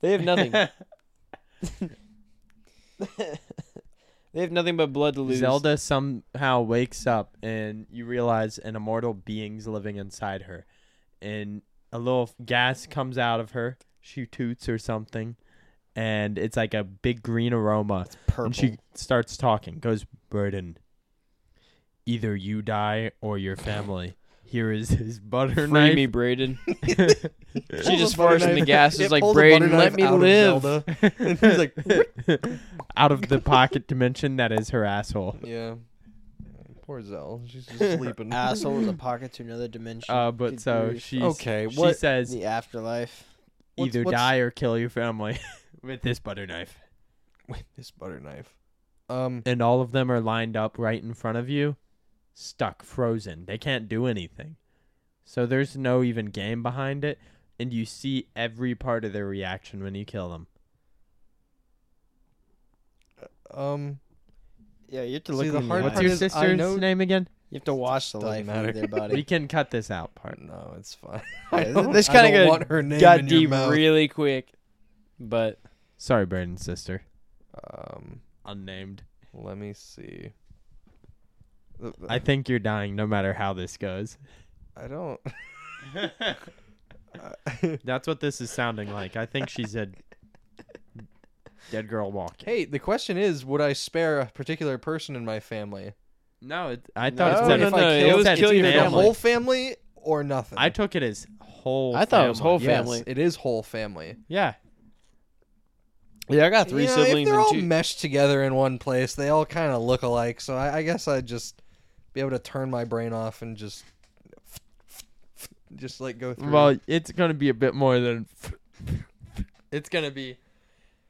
They have nothing. they have nothing but blood to lose. Zelda somehow wakes up and you realize an immortal being's living inside her. And a little f- gas comes out of her. She toots or something. And it's like a big green aroma. purple. And she starts talking, goes, Burden, either you die or your family. Here is his Free butter knife. me, Braden. she Pulls just a butter farts in the knife- gas. it Is like pulls a butter Braden, let knife me out of live. Zelda. And he's like, out of the pocket dimension that is her asshole. yeah. Poor Zell, she's just sleeping. Asshole with a pocket to another dimension. Uh, but Good so grief. she's, Okay, she what? says, the afterlife. What's- either what's- die or kill your family with this butter knife. With this butter knife. Um, And all of them are lined up right in front of you, stuck, frozen. They can't do anything. So there's no even game behind it, and you see every part of their reaction when you kill them. um, Yeah, you have to See, look. the them in hard eyes. What's part your is I sister's know- name again? You have to wash the Doesn't life out matter. of their We body. can cut this out part. no, it's fine. Yeah, I th- don't- this I don't kinda want her name Got in your deep mouth. really quick, but Sorry, Brandon's sister. um, Unnamed. let me see. The- the- I think you're dying no matter how this goes. I don't. That's what this is sounding like. I think she's a dead girl walking. Hey, the question is, would I spare a particular person in my family? No, it, I No, thought no, it no, said no, it it was said kill your Either the family. whole family or nothing. I took it as whole. I thought it was whole family. Yes, family. it is whole family. Yeah. Yeah, I got You know, if they're all meshed together in one place, they all kind of look alike. So I, I guess I'd just be able to turn my brain off and just, just like go through. Well, it's gonna be a bit more than. it's gonna be.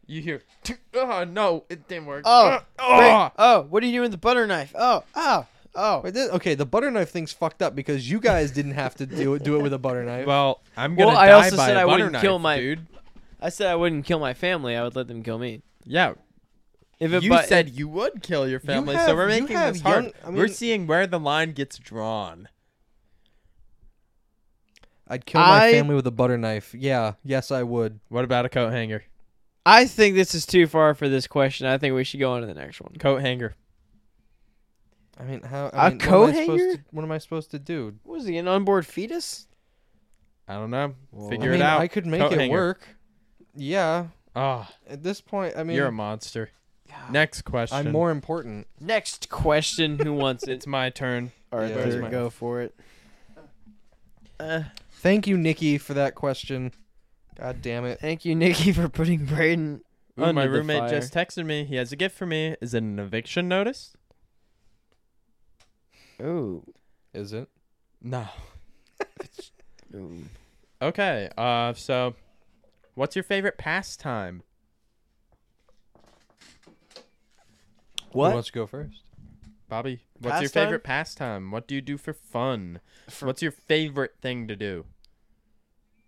You hear? Oh no! It didn't work. Oh, oh. Wait, oh, what are you doing with the butter knife? Oh, oh, oh. Wait, this- okay, the butter knife thing's fucked up because you guys didn't have to do it, do it with a butter knife. Well, I'm Well, gonna I die also by said a I butter wouldn't knife, kill my- dude. I said I wouldn't kill my family. I would let them kill me. Yeah, If it you but- said you would kill your family, so have- we're you making have this hard. young- I We're mean- seeing where the line gets drawn. I'd kill my I- family with a butter knife. Yeah, yes, I would. What about a coat hanger? I think this is too far for this question. I think we should go on to the next one. Coat hanger. I mean, how? I A mean, coat what am I supposed hanger? to- what am I supposed to do? What was he an onboard fetus? I don't know. I Figure mean, it out. I could make Coat it hanger. work. Yeah. Oh, At this point, I mean, you're a monster. Next question. I'm more important. Next question. Who wants it? It's my turn. All right, Yeah. let's Where's my- go for it. Uh, Thank you, Nikki, for that question. God damn it. thank you, Nikki, for putting Braden. Ooh, Under my the roommate fire. just texted me. He has a gift for me. Is it an eviction notice? Ooh. Is it? No. Ooh. Okay. Uh, so, what's your favorite pastime? Who What? wants to go first? Bobby, what's your Pastime? favorite pastime? What do you do for fun? what's your favorite thing to do?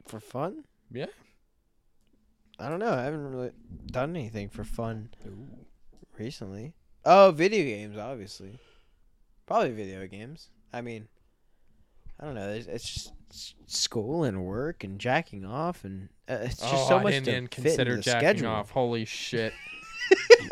For fun? Yeah. I don't know. I haven't really done anything for fun recently. Oh, video games, obviously. Probably video games. I mean, I don't know. It's, it's just s- school and work and jacking off, and uh, it's just Oh, so much to fit into the schedule. off. Holy shit!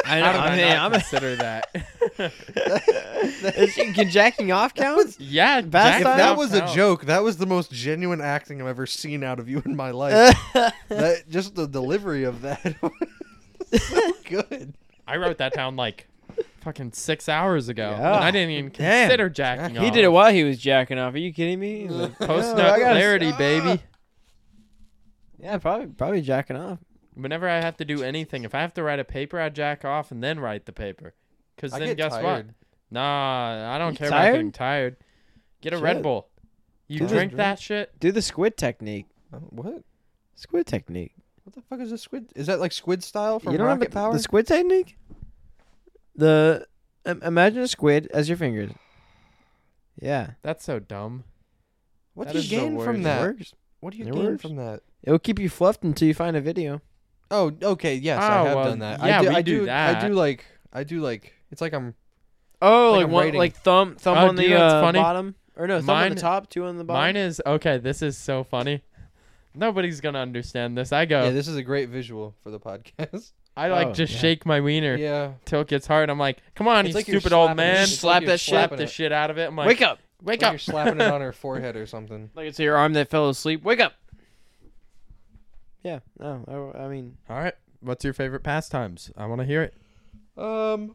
I How did I I, mean, not I'm a- consider that? Is- can jacking off count? yeah, Pastime? If jacking that off was a counts. joke, that was the most genuine acting I've ever seen out of you in my life. I that, just the delivery of that was so good. I wrote that down like fucking six hours ago, Yeah. and I didn't even Damn. consider jacking off. He did it while he was jacking off. Are you kidding me? He's like, Post "No, nut I gotta- clarity, baby. Ah. Yeah, probably probably jacking off. Whenever I have to do anything, if I have to write a paper, I jack off and then write the paper. Cause I then get guess tired. what? Nah, I don't You care tired? about getting tired. Get a Shit. Red Bull. You Dude, drink drink. that shit? Do the squid technique. Uh, What? Squid technique. What the fuck is a squid? Is that like squid style from you don't Rocket have a, Power? the squid technique. The im- imagine a squid as your fingers. Yeah, That's so dumb. what that do you is the gain from worst. it that? works. What do you It gain works. from that? It'll keep you fluffed until you find a video. Oh, okay, yes, Oh, I have well, done that. yeah, I do, we I do do I that. do like I do like it's like I'm Oh, Like like I'm one, rating. like thumb, thumb Oh, on do you the know what's uh, funny? bottom, or no, thumb on Mine- the top, two on the bottom. Mine is okay. This is so funny. Nobody's gonna understand this. I go. Yeah, this is a great visual for the podcast. I like Oh, just yeah. shake my wiener yeah. till it gets hard. I'm like, come on, It's you like you're stupid old slapping it. man. It's Slap like you're that shit. Slap slapping the it. shit out of it. I'm like, Wake up! wake Like up. You're slapping it on her forehead or something. Like it's your arm that fell asleep. Wake up! Yeah. No, I, I mean, All right. What's your favorite pastimes? I want to hear it. Um,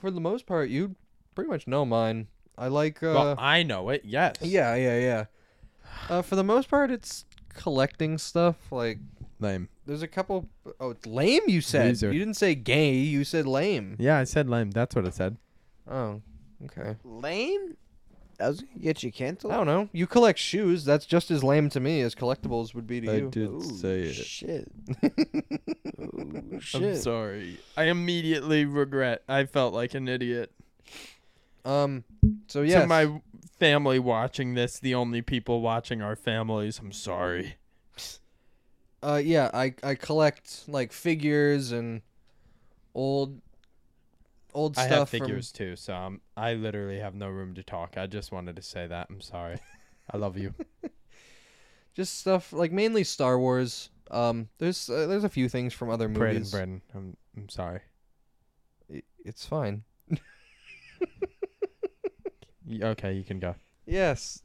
for the most part, you pretty much know mine. I like. Uh, well, I know it. Yes. yeah, yeah, yeah. Uh, for the most part, it's collecting stuff. Like, Lame. there's a couple. Oh, it's lame. You said Loser. you didn't say gay. You said lame. Yeah, I said lame. That's what I said. Oh, okay. lame. That was gonna get you I canceled. don't know. You collect shoes. That's just as lame to me as collectibles would be to you. did Ooh, Shit. Ooh, I'm Oh, shit. sorry. I immediately regret. I felt like an idiot. Um. So yes. To my family watching this, the only people watching are families. I'm sorry. Uh, yeah, I I collect like figures and old old I stuff. have from- figures too, so um, I literally have no room to talk. I just wanted to say that. I'm sorry. I love you. just stuff like mainly Star Wars. Um, there's uh, there's a few things from other Brandon, movies. Brandon, I'm, I'm sorry. I- It's fine. Y- Okay, you can go. Yes.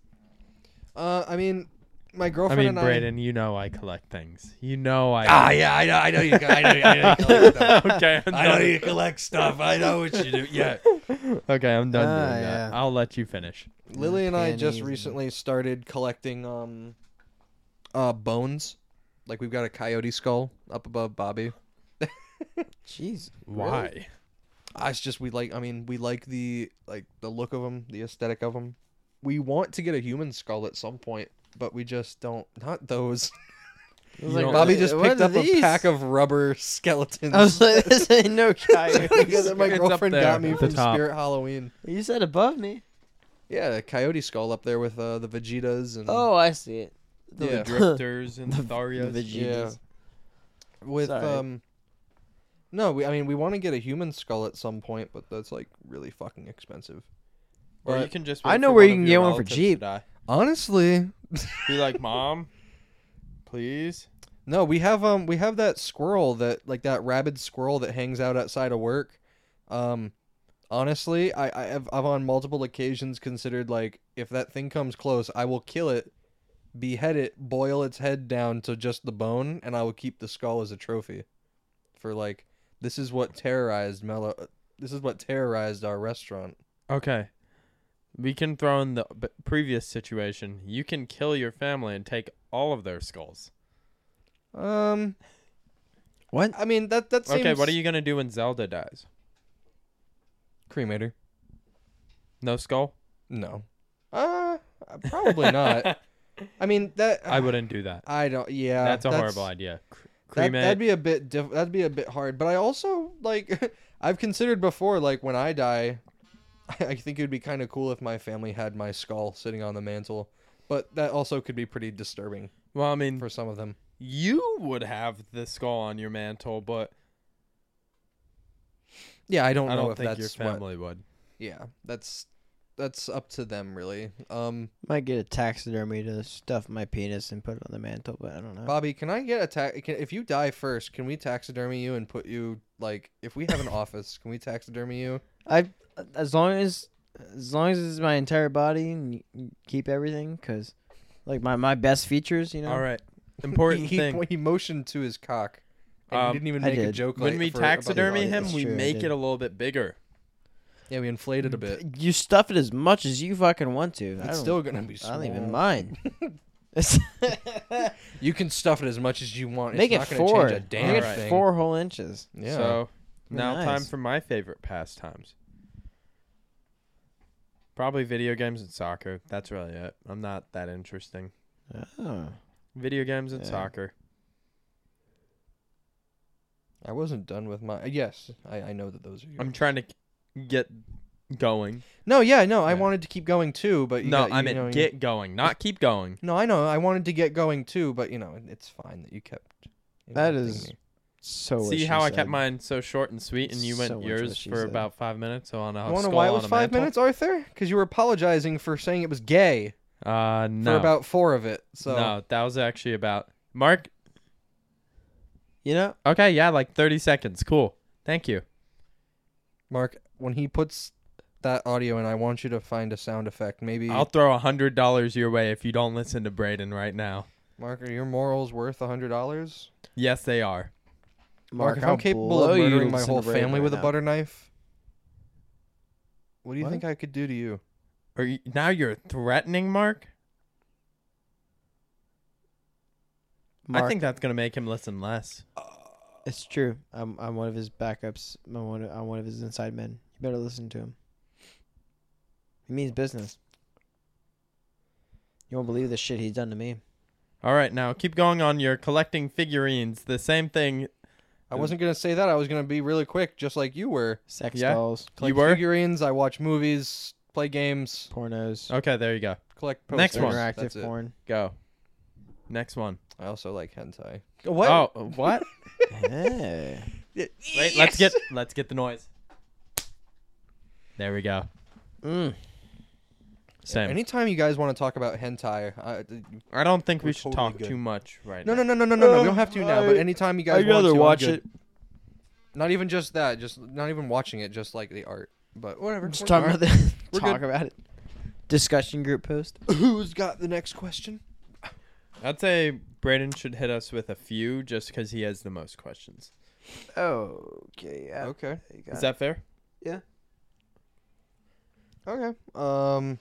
Uh, I mean, my I girlfriend mean, and Braden, you know I collect things. You know I. Ah, yeah, I know, I know you. I know, I know you collect stuff. okay, I'm I know done. you collect stuff. I know what you do. Yeah. Okay, I'm done Ah, doing yeah. that. I'll let you finish. Lily and I just Panties. recently started collecting um, uh, bones. Like we've got a coyote skull up above Bobby. Jeez. Why? Ah, It's just we like. I mean, we like the like the look of them, the aesthetic of them. We want to get a human skull at some point, but we just don't. Not those. I was You like, don't- Bobby what- just what picked are up a these? pack of rubber skeletons. I was like, this ain't no because coyotes. my It's up girlfriend there got me at the from top. Spirit Halloween. you said above me. Yeah, a coyote skull up there with uh, the Vegetas and Oh, I see it. The Yeah. drifters and the The Tharias. yeah, Vegetas. with Sorry. um. No, we, I mean we want to get a human skull at some point, but that's like really fucking expensive. Or you But- can just. I wait know for where one you of can your get one for relatives to cheap. die. Honestly, Be like, mom, please. No, we have um we have that squirrel that like that rabid squirrel that hangs out outside of work. Um honestly, I I have I've on multiple occasions considered like if that thing comes close, I will kill it, behead it, boil its head down to just the bone and I will keep the skull as a trophy for like this is what terrorized Mello this is what terrorized our restaurant. Okay. We can throw in the b- previous situation. You can kill your family and take all of their skulls. Um What? I mean that that seems Okay, what are you gonna do when Zelda dies? cremator? No skull? No. Uh probably Uh, not. I mean that I wouldn't do that. I don't. Uh, Yeah, that's a horrible idea. Cr- That, Cremate. that'd be a bit. Diff- that'd be a bit hard. But I also like. I've considered before, like when I die, I think it would be kind of cool if my family had my skull sitting on the mantle. But that also could be pretty disturbing well, I mean, for some of them. you would have the skull on your mantle, but Yeah, I don't I know don't if think that's your what. family would. Yeah, that's that's up to them really. Um, Might get a taxidermy to stuff my penis and put it on the mantle, but I don't know. Bobby, can I get a tax? Can, if you die first, can we taxidermy you and put you like if we have an office? Can we taxidermy you? I as long as as long as it's my entire body and you- you keep everything, cause like my my best features, you know. All right. Important he, thing. He, he motioned to his cock. And Um, he didn't even I make a did. joke. When like, we for- about the taxidermy audience. him, we Sure, I make did. it a little bit bigger. yeah, we inflated a bit. You stuff it as much as you fucking want to. It's I don't- still gonna be I don't even small. mind. You can stuff it as much as you want. Make it's it not gonna four. Change a damn Make Alright. it thing. four whole inches. Yeah. So now time Nice. for my favorite pastimes. Probably video games and soccer. That's really it. I'm not that interesting. Oh. Video games and Yeah. soccer. I wasn't done with my. Yes, I, I know that those are. Your... I'm trying to k- get going. No, yeah, no. I Yeah. wanted to keep going too, but you no, got- I you meant know, you- get going, not keep going. No, I know. I wanted to get going too, but you know, it's fine that you kept. That interrupting is- me. So what See she how I said. kept mine so short and sweet, and you went So much what yours she for said. about five minutes on a You want to skull know why it on was a five mantle? minutes, Arthur? Because you were apologizing for saying it was gay Uh, no, for about four of it. So no, that was actually about Mark. You know, Okay, yeah, like thirty seconds. Cool. Thank you. Mark, when he puts that audio in, I want you to find a sound effect. Maybe I'll throw a hundred dollars your way if you don't listen to Braden right now. Mark, are your morals worth a hundred dollars? Yes, they are. Mark, Mark, if I'm capable blow of you murdering to my whole disintegrate family right with a now. butter knife, what do you What? think I could do to you? Are you, now you're threatening Mark? I Mark, think that's gonna make him listen less. it's true. I'm I'm one of his backups. I'm one of, I'm one of his inside men. You better listen to him. He means business. You won't believe the shit he's done to me. All right, now keep going on your collecting figurines. The same thing. I wasn't gonna say that. I was gonna be really quick, just like you were. Sex Yeah. dolls, Collect were? figurines. I watch movies, play games, pornos, Okay, there you go. collect posters. Uh, Next one. interactive That's it. porn. Go. Next one. I also like hentai. What? Oh, what? hey. Wait, Wait, let's get let's get the noise. There we go. Mm. Same. Anytime you guys want to talk about hentai, I, I don't think we We're should totally talk good. too much right no, now. no, no, no, no, no, no. We Uh, don't have to now. But I- anytime you guys I'd want rather to, I'm watch good. it. Not even just that, just not even watching it, just like the art. But whatever. Just we're talking fine. about the, We're talk good. about it. Discussion group post. Who's got the next question? I'd say Braden should hit us with a few just because he has the most questions. Okay. Yeah. Okay. you Is got that fair? Okay. Um.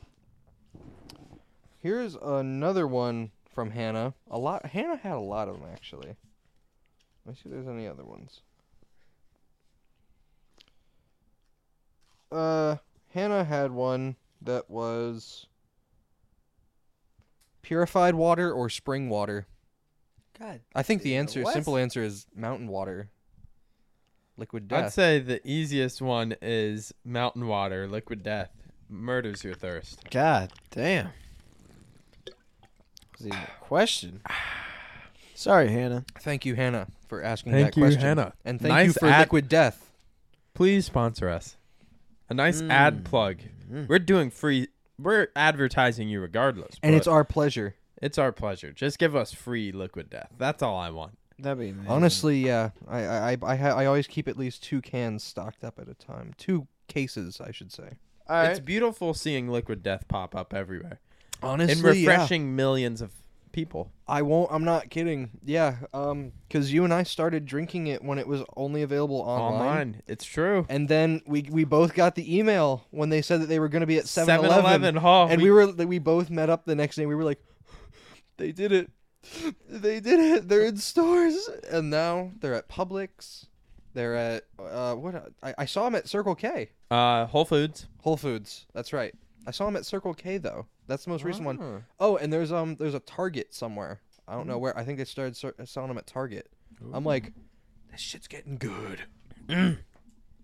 Here's another one from Hannah. A lot. Hannah had a lot of them actually. Let me see if there's any other ones. Uh, Hannah had one that was purified water or spring water. God. I think the Yeah, answer, what? simple answer, is mountain water. Liquid I'd death. say the easiest one is mountain water, liquid death, murders your thirst. God damn. Was even a question. Sorry, Hannah. Thank you, Hannah, for asking Thank that you, question. Hannah. And thank you Nice for ad- liquid death. Please sponsor us. A nice Hmm. ad Mm. plug. Mm. We're doing free. We're advertising you regardless. And but it's our pleasure. it's our pleasure. Just give us free liquid death. That's all I want. That'd be amazing. Honestly, yeah. I I I, I, ha- I always keep at least two cans stocked up at a time. Two cases, I should say. All right. It's beautiful seeing liquid death pop up everywhere Honestly, and yeah. refreshing millions of people. I won't. I'm not kidding. Yeah, um, because you and I started drinking it when it was only available online. Online, it's true. And then we we both got the email when they said that they were going to be at 7 7-Eleven. Eleven Hall. and we, were we both met up the next day. We were like, they did it, they did it. They're in stores, and now they're at Publix. They're at uh what I, I saw them at Circle K, uh, Whole Foods. Whole Foods. That's right. I saw them at Circle K though. That's the most recent one. Oh, and there's um there's a Target somewhere. I don't know where. I think they started ser- uh, selling them at Target. I'm like, this shit's getting good.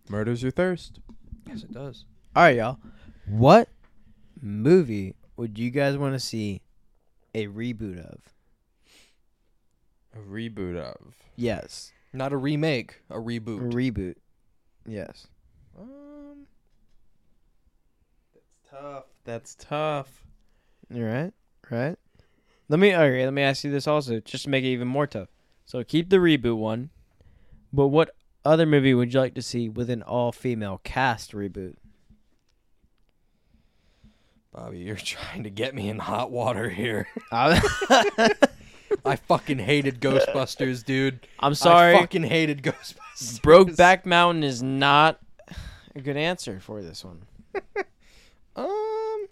Murders your thirst. Yes, it does. All right, y'all. What movie would you guys want to see a reboot of? A reboot of. Yes. Not a remake, a A reboot. reboot. Yes. um, Tough. That's tough. All right. Right. Let me okay, let me ask you this also, just to make it even more tough. So keep the reboot one, but what other movie would you like to see with an all female cast reboot? Bobby, you're trying to get me in hot water here. I'm, I fucking hated Ghostbusters, dude. I'm sorry. I fucking hated Ghostbusters. Brokeback Mountain is not a good answer for this one. Um,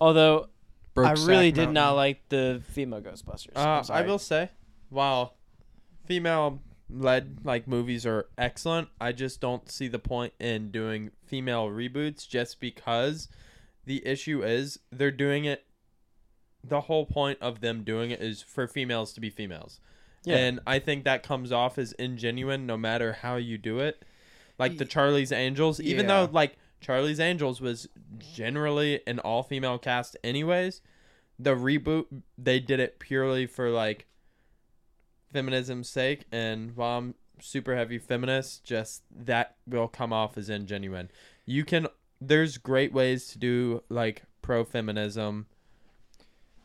Although I Brokeback really did Mountain. not like the female Ghostbusters. I'm Uh, I sorry. will say, while female led like movies are excellent, I just don't see the point in doing female reboots just because the issue is they're doing it the whole point of them doing it is for females to be females. Yeah. And I think that comes off as ingenuine no matter how you do it. Like the Charlie's Angels, even Yeah. though like Charlie's Angels was generally an all female cast anyways, the reboot they did it purely for like feminism's sake and while I'm super heavy feminist, just that will come off as ingenuine. You can there's great ways to do like pro feminism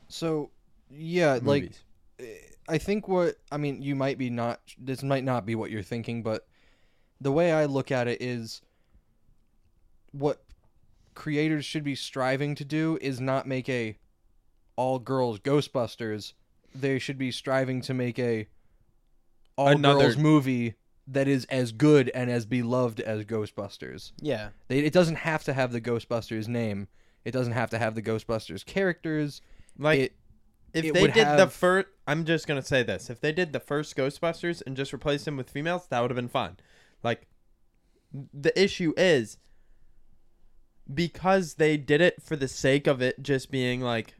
So, yeah, like eh, movies. I think what I mean, you might be not. This might not be what you're thinking, but the way I look at it is, what creators should be striving to do is not make a all girls Ghostbusters. They should be striving to make a all girls Another- movie that is as good and as beloved as Ghostbusters. Yeah. They, it doesn't have to have the Ghostbusters name. It doesn't have to have the Ghostbusters characters. like it- if it they would did the have- first I'm just going to say this. If they did the first Ghostbusters and just replaced them with females, that would have been fine. Like the issue is because they did it for the sake of it just being like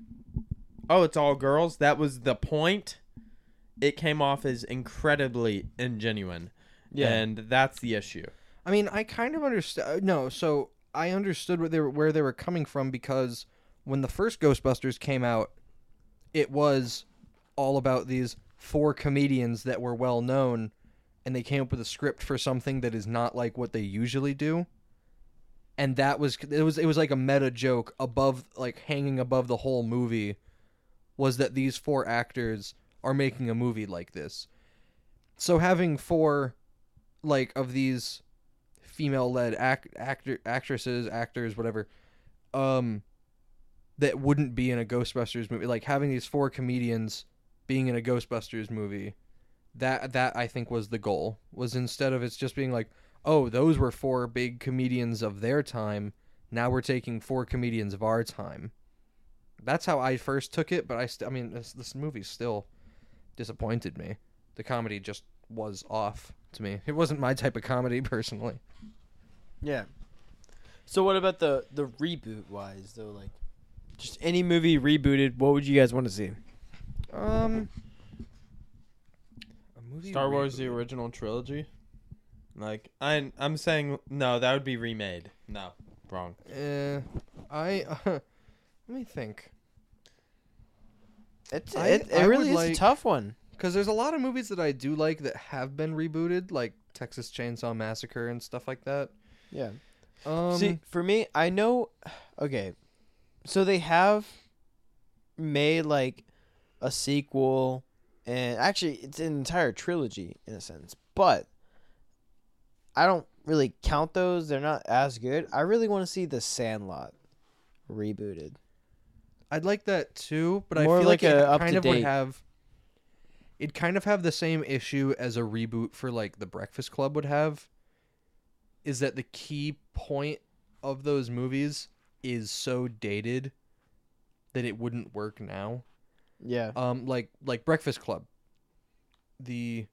oh it's all girls that was the point it came off as incredibly ingenuine Yeah. and that's the issue I mean, I kind of understand. No, so I understood what they were, where they were coming from because when the first Ghostbusters came out, it was all about these four comedians that were well known, and they came up with a script for something that is not like what they usually do. And that was it was it was like a meta joke above like hanging above the whole movie was that these four actors are making a movie like this. So having four like of these female led act actor actresses actors whatever um that wouldn't be in a ghostbusters movie like having these four comedians being in a ghostbusters movie that that i think was the goal was instead of it's just being like oh those were four big comedians of their time now we're taking four comedians of our time That's how I first took it, but I, st- I mean, this, this movie still disappointed me. The comedy just was off to me. It wasn't my type of comedy personally. Yeah. So what about the the reboot wise though? Like, just any movie rebooted, what would you guys want to see? Um, a movie Star Wars the reboot. original trilogy. Like I I'm saying no, that would be remade. No, wrong. Uh, I let me think. It's I- it, it I would really is a like- tough one. Because there's a lot of movies that I do like that have been rebooted, like Texas Chainsaw Massacre and stuff like that. Yeah. Um, See, for me, I know. Okay, so they have made like a sequel, and actually, it's an entire trilogy in a sense. But I don't really count those; they're not as good. I really want to see the Sandlot rebooted. I'd like that too, but I More feel like, like a it up kind to of would date. have. It kind of have the same issue as a reboot for like the Breakfast Club would have. Is that the key point of those movies is so dated that it wouldn't work now. Yeah, um like like breakfast club the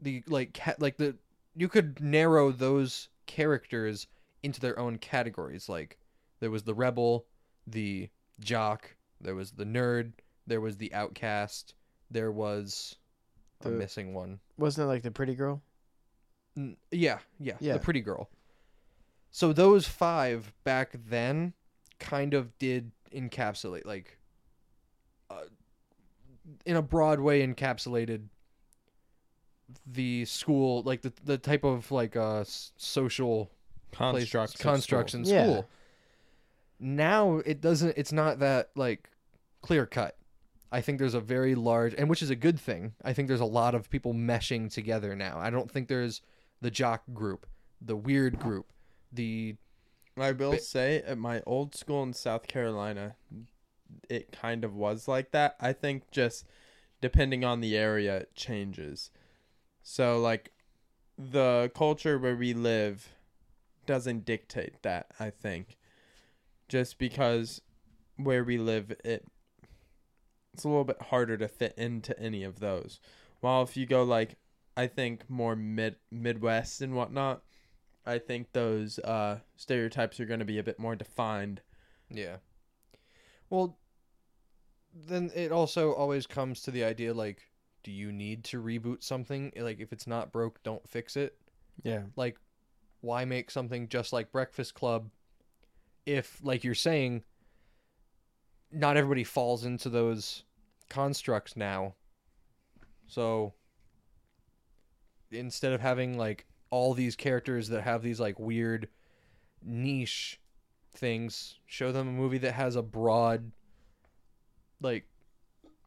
the like cat like the you could narrow those characters into their own categories like there was the rebel the jock there was the nerd there was the outcast there was The- i'm missing one wasn't it like the Pretty Girl? N- yeah, yeah, Yeah. the pretty girl. So those five back then kind of did encapsulate like uh, in a broad way encapsulated the school like the the type of like uh s- social place- Constructs. constructs in Yeah. school. Now it doesn't it's not that like clear cut. I think there's a very large and which is a good thing. I think there's a lot of people meshing together now. I don't think there's the jock group, the weird group, the I will But- say at my old school in South Carolina, it kind of was like that. I think just depending on the area, it changes. So, like, the culture where we live doesn't dictate that, I think. Just because where we live, it it's a little bit harder to fit into any of those. While if you go, like, I think more mid Midwest and whatnot, I think those uh, stereotypes are going to be a bit more defined. yeah. Well, then it also always comes to the idea like do you need to reboot something? Like if it's not broke, don't fix it. Yeah, like why make something just like breakfast club if like you're saying not everybody falls into those constructs now so instead of having like all these characters that have these like weird niche things show them a movie that has a broad like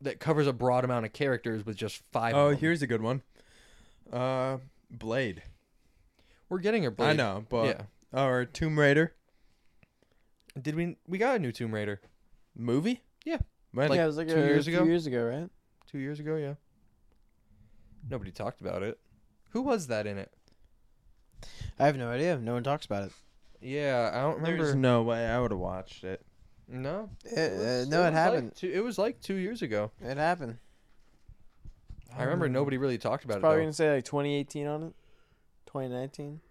that covers a broad amount of characters with just five Oh, of 'em. here's a good one. Uh, Blade. we're getting a I Blade. know, but yeah or Tomb Raider did we we got a new tomb raider movie. Yeah. When? yeah, it was like two a years few ago? Years ago, right? two years ago. Yeah. Nobody talked about it. Who was that in it? I have no idea. No one talks about it. Yeah, I don't remember. There's no way I would have watched it. No, Uh, uh, no, it was like happened. two- it was like two years ago. It happened. I remember nobody really talked about it. It's probably Though. gonna say like 2018 on it, 2019.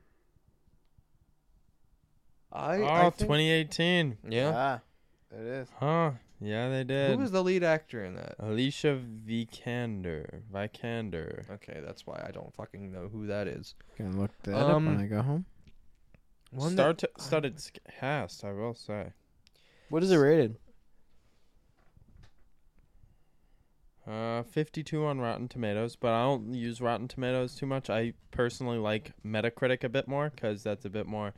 I, Oh, I think- 2018. Yeah. Ah, it is. Huh? Yeah, they did. Who was the lead actor in that? Alicia Vikander? Vikander. Okay, that's why I don't fucking know who that is. Gonna look that up when Um, I go home. One that- Star studded sc- cast, I will say. What is it rated? Uh, 52 on Rotten Tomatoes, but I don't use Rotten Tomatoes too much. I personally like Metacritic a bit more because that's a bit more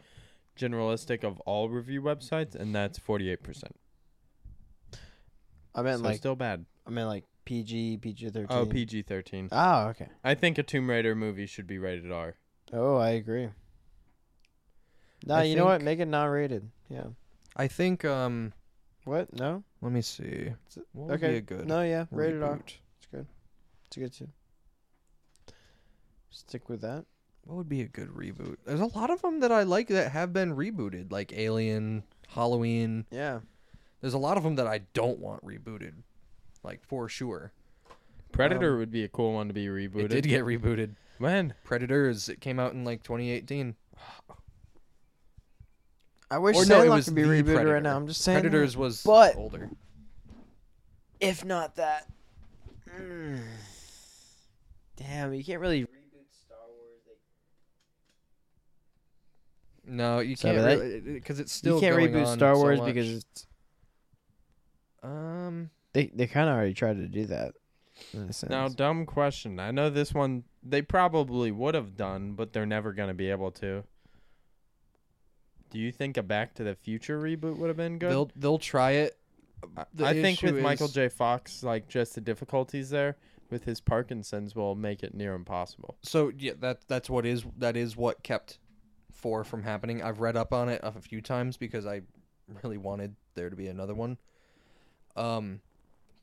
generalistic of all review websites, and that's 48%. I So meant like still bad. I meant like PG, PG 13. Oh, PG 13. Ah, okay. I think a Tomb Raider movie should be rated R. Oh, I agree. Nah, I you know what? think- Make it non-rated. Yeah. I think. Um, What? No. let me see. What would okay. be a good No, yeah, rated R. reboot? It's good. It's good too. Stick with that. What would be a good reboot? There's a lot of them that I like that have been rebooted, like Alien, Halloween. Yeah. There's a lot of them that I don't want rebooted, like for sure. Predator would be a cool one to be rebooted. Um, It did get rebooted. when? Predators. It came out in like 2018. I wish Or no, it Sandlot was could be The rebooted Predator. right now. I'm just saying. Predators was but- older. if not that. Mm. Damn, you can't really reboot Star Wars. No, you Sorry can't about that. because it's still you can't going reboot on Star so Wars much. because it's, um they they kind of already tried to do that. In a sense. Now, dumb question. I know this one they probably would have done, but they're never going to be able to. Do you think a Back to the Future reboot would have been good? they'll they'll try it. I- the I think with issue Michael is- J. Fox, like just the difficulties there with his Parkinson's will make it near impossible. So yeah, that that's what is that is what kept four from happening. I've read up on it a few times because I really wanted there to be another one. Um,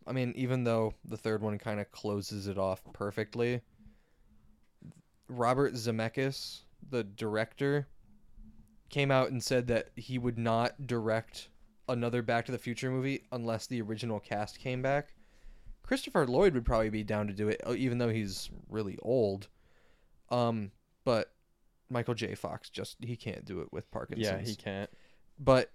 I mean, even though the third one kind of closes it off perfectly, Robert Zemeckis, the director, came out and said that he would not direct another Back to the Future movie unless the original cast came back. Christopher Lloyd would probably be down to do it, uh, even though he's really old. Um, but Michael J. Fox just he can't do it with Parkinson's. Yeah, he can't. But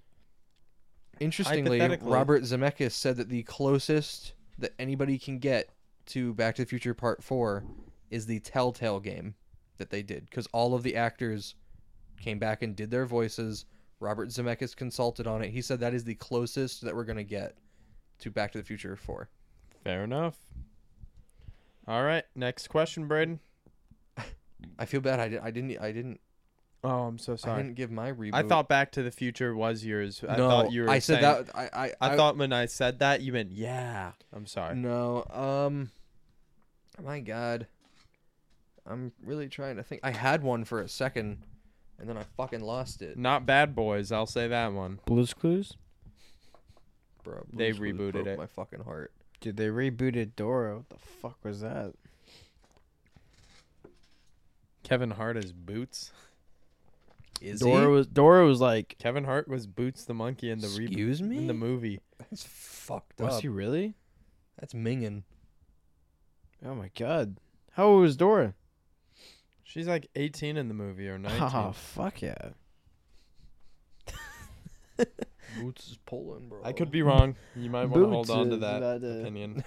interestingly, Hypothetically- Robert Zemeckis said that the closest that anybody can get to Back to the Future Part 4 is the Telltale game that they did because all of the actors came back and did their voices. Robert Zemeckis consulted on it. He said that is the closest that we're going to get to Back to the Future 4. Fair enough. All right, next question, Braden. I feel bad. I, di- I didn't. I didn't. Oh, I'm so I sorry. didn't give my reboot. I, thought Back to the Future was yours. I no. thought you were I said saying- that. I. I, I, thought when I said that you meant yeah. I'm sorry. No. Um. My God. I'm really trying to think. I had one for a second, and then I fucking lost it, Not Bad Boys. I'll say that one. Blue's Clues. bro. They Blue's Clues rebooted broke it. My fucking heart. Dude, they rebooted Dora. What the fuck was that? Kevin Hart is Boots. Is Dora was Dora was like, Kevin Hart was Boots the monkey in the reboot Excuse me. in the movie. That's fucked was up. he really? That's minging. Oh my god, how old was Dora? She's like 18 in the movie or 19. Oh fuck yeah. Boots is Poland, bro. I could be wrong. You might want to hold on to is that about to- opinion.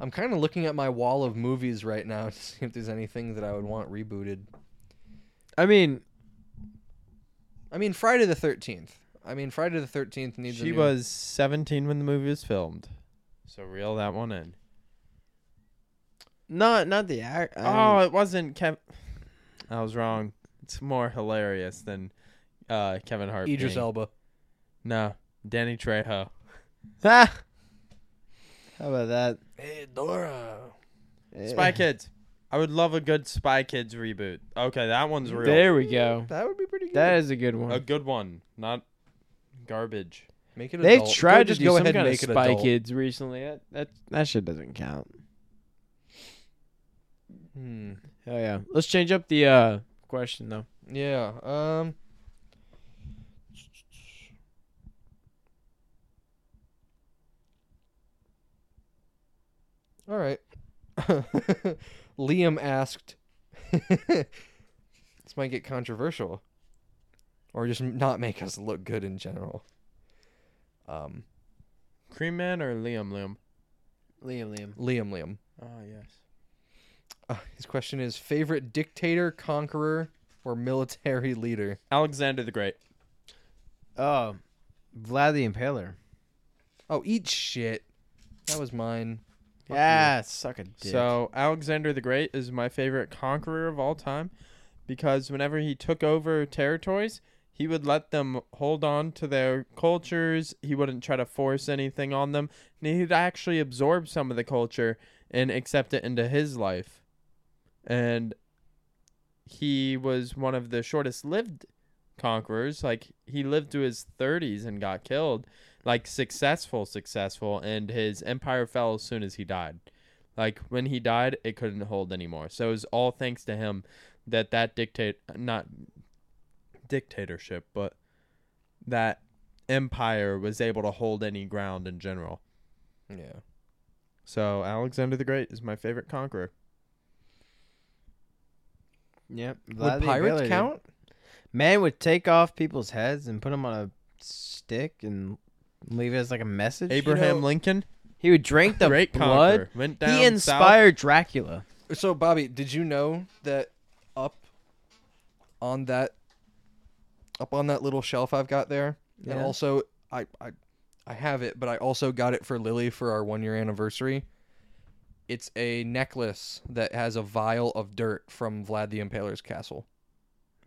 I'm kind of looking at my wall of movies right now to see if there's anything that I would want rebooted. I mean, I mean, Friday the Thirteenth. I mean, Friday the Thirteenth needs. a She new- was 17 when the movie was filmed. So reel that one in. not not the act. oh, I it wasn't Kevin. I was wrong. It's more hilarious than uh, Kevin Hart. Idris being- Elba. No, Danny Trejo. mean- how about that? Hey, Dora. Spy Eh. Kids. I would love a good Spy Kids reboot. Okay, that one's real. There we go. That would be pretty good. That is a good a one. good one, not garbage. Make it They've adult. tried to just do go some ahead kind and of make it Spy adult. Kids recently. That that that shit doesn't count. Hmm. Oh yeah. Let's change up the uh question though. Yeah. Um. All right. Liam asked. this might get controversial, or just not make us look good in general. Um, Cream Man or Liam Liam? Liam, Liam. Liam, Liam. Oh Ah, yes. Uh, his question is: favorite dictator, conqueror, or military leader? Alexander the Great. Oh, Vlad the Impaler. Oh, eat shit. That was mine. Fuck yeah, suck a dick. So Alexander the Great is my favorite conqueror of all time because whenever he took over territories, he would let them hold on to their cultures. He wouldn't try to force anything on them. And he'd actually absorb some of the culture and accept it into his life. And he was one of the shortest lived conquerors. Like he lived to his 30s and got killed. Like successful, successful, and his empire fell as soon as he died. Like when he died, it couldn't hold anymore. So it was all thanks to him that that dictate not dictatorship, but that empire was able to hold any ground in general. Yeah. So Alexander the Great is my favorite conqueror. Yep. Would pirates count? Man would take off people's heads and put them on a stick and leave it as like a message. Abraham know- Lincoln, He would drink the great blood. conqueror, went down He south. inspired Dracula. So Bobby, did you know that up on that up on that little shelf I've got there, and Yeah. also I, I I have it, but I also got it for Lily for our one year anniversary. It's a necklace that has a vial of dirt from Vlad the Impaler's castle,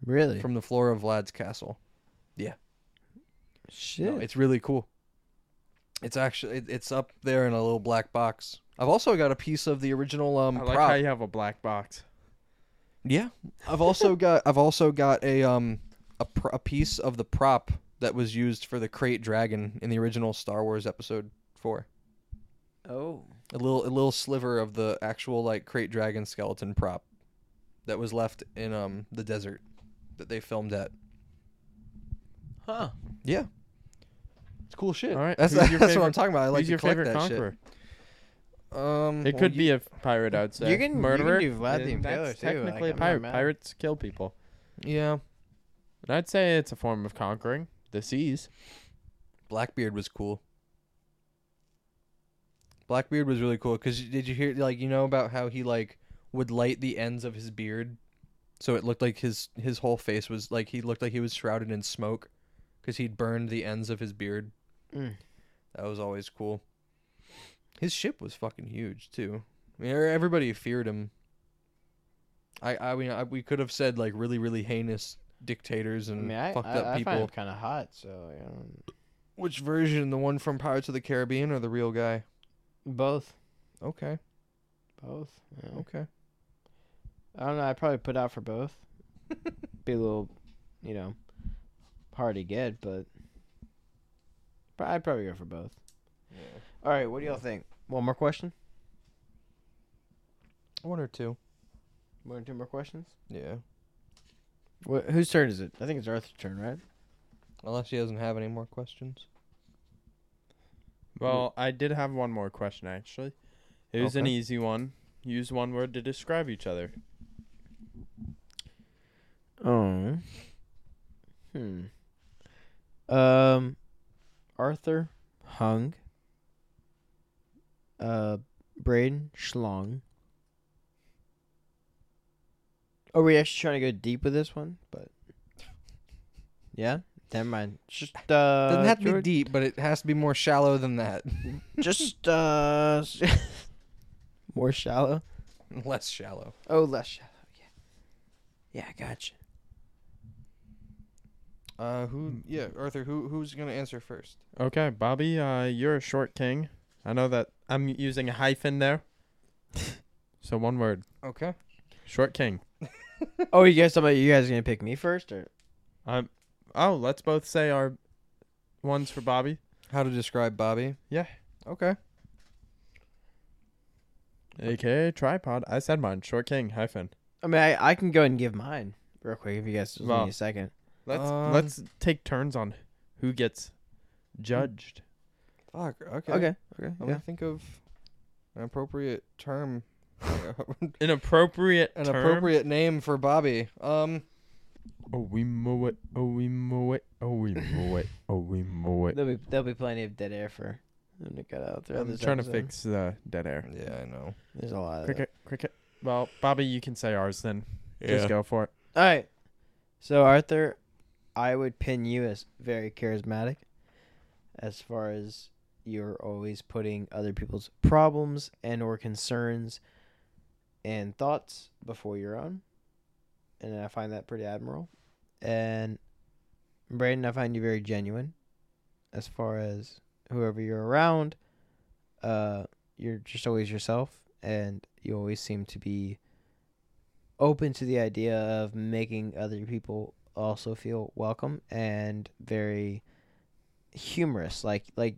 Really? from the floor of Vlad's castle. Shit. No, it's really cool. It's actually it, it's up there in a little black box. I've also got a piece of the original um I like prop. how you have a black box. Yeah, I've also got I've also got a um a, pr- a piece of the prop that was used for the crate dragon in the original Star Wars Episode Four. oh. A little a little sliver of the actual like crate dragon skeleton prop that was left in um the desert that they filmed at. Huh. Yeah, it's cool shit. All right, that's, who's that's your what favorite- I'm talking about. I like Who's to your collect favorite that conqueror? Mm-hmm. shit. Um, It well, could you- be a pirate, I would say. You can- you can murderer. do Vlad the and Impaler, that's too, like, Technically, a I'm not pirate. mad. Pirates kill people, yeah. and I'd say it's a form of conquering the seas. Blackbeard was cool. Blackbeard was really cool because did you hear like you know about how he like would light the ends of his beard, so it looked like his his whole face was like he looked like he was shrouded in smoke, because he'd burned the ends of his beard. Mm. That was always cool. His ship was fucking huge too. I mean, er- everybody feared him. I I mean I, we could have said like really really heinous dictators I and mean, I, fucked I, up I people. find him kind of hot, so I don't- Which version? The one from Pirates of the Caribbean or the real guy? both, Okay, both. yeah. okay. I don't know. I probably put out for both. Be a little, you know, hard to get, but but I'd probably go for both. All right, what do y'all think? One more question. One or two. One or two more questions. Yeah. What, whose turn is it? I think it's Arthur's turn, right? Unless he doesn't have any more questions. Well, I did have one more question actually. It was an Okay. easy one. Use one word to describe each other. Oh. Hmm. Um, Arthur Hung. Uh, Braden Schlong. Are we actually trying to go deep with this one? But yeah, never mind. Just uh, Doesn't have to be George- deep, but it has to be more shallow than that. Just uh, more shallow. Less shallow. Oh, less shallow. Yeah, yeah, I gotcha. Uh, who? Yeah, Arthur. Who? Who's gonna answer first? Okay, Bobby, uh, you're a short king. I know that I'm using a hyphen there. so one word, Okay. short king. Oh, you guys talking about you guys gonna pick me first or? I'm. Oh, let's both say our ones for Bobby. How to describe Bobby? Yeah. Okay. AKA tripod. I said mine. Short king hyphen. I mean, I, I can go ahead and give mine real quick if you guys just give Well, me a second. Let's Um, let's take turns on who gets judged. Fuck. Okay. Okay. Okay. I'm yeah. gonna think of an appropriate term. An appropriate an term. appropriate name for Bobby. Um. Oh we mow it. Oh we mow it. Oh we mow it. Oh we mow it. There'll be there'll be plenty of dead air for them to cut out throughout I'm this trying episode. to fix the dead air. Yeah, I know. There's a lot of that. Cricket, cricket. Well, Bobby, you can say ours then. Just go for it. All right. So Arthur, I would pin you as very charismatic, as far as you're always putting other people's problems and or concerns and thoughts before your own, and I find that pretty admirable. And Brayden, I find you very genuine, as far as whoever you're around. Uh, you're just always yourself, and you always seem to be open to the idea of making other people also feel welcome and very humorous like like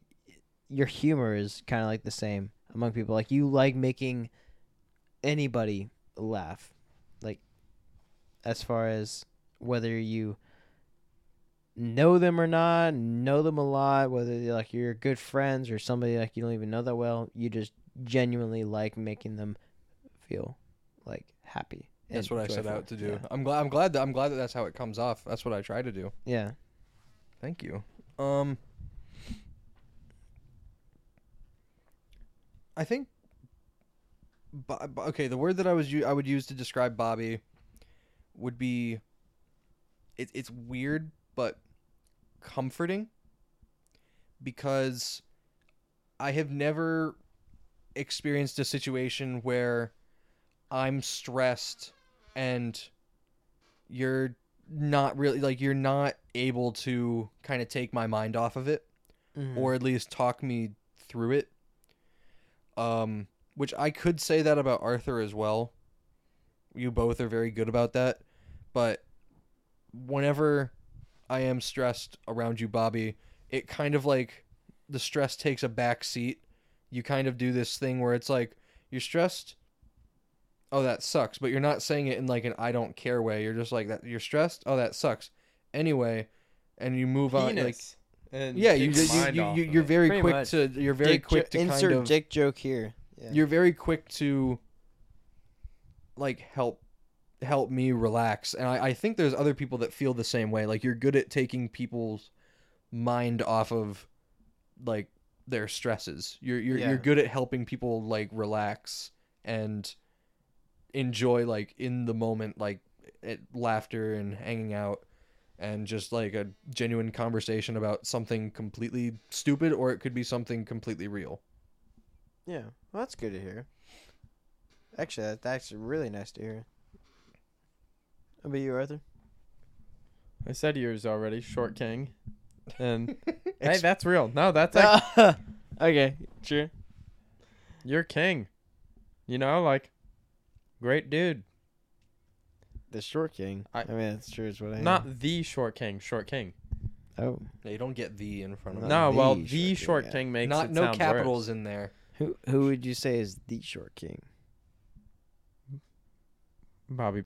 your humor is kind of like the same among people like you like making anybody laugh like as far as whether you know them or not, know them a lot, whether they're like you're good friends or somebody like you don't even know that well, you just genuinely like making them feel like happy. That's and what I set joyful. out to do. Yeah. I'm glad. I'm glad that I'm glad that that's how it comes off. That's what I try to do. Yeah. Thank you. Um, I think. Bo- bo- okay, the word that I was u- I would use to describe Bobby would be. It, it's weird, but comforting. Because I have never experienced a situation where I'm stressed and you're not really like you're not able to kind of take my mind off of it or at least talk me through it um which I could say that about Arthur as well you both are very good about that but whenever I am stressed around you Bobby it kind of like the stress takes a back seat you kind of do this thing where it's like you're stressed oh that sucks but you're not saying it in like an i don't care way you're just like that you're stressed oh that sucks anyway and you move on like Penis. and yeah you, take your you, mind you, off you of you're it. very Pretty quick much. to you're very quick to insert kind of dick joke here. Yeah. you're very quick to like help help me relax and I, I think there's other people that feel the same way like you're good at taking people's mind off of like their stresses you're you're, Yeah. you're good at helping people like relax and enjoy like in the moment like it, laughter and hanging out and just like a genuine conversation about something completely stupid or it could be something completely real yeah. Well, that's good to hear. Actually, that, that's really nice to hear. How about you, Arthur? I said yours already, Short King. And hey, that's real. No, that's like Ah. okay, sure. you're king. You know, like great dude. The short king. I, I- mean, that's true. Is what I am. Not the Short King, Short King. Oh, Yeah, you don't get the in front of No, it. no, well, the Short the King, Short yeah. King makes not it no sound capitals worse. in there. who who would you say is the short king? Bobby.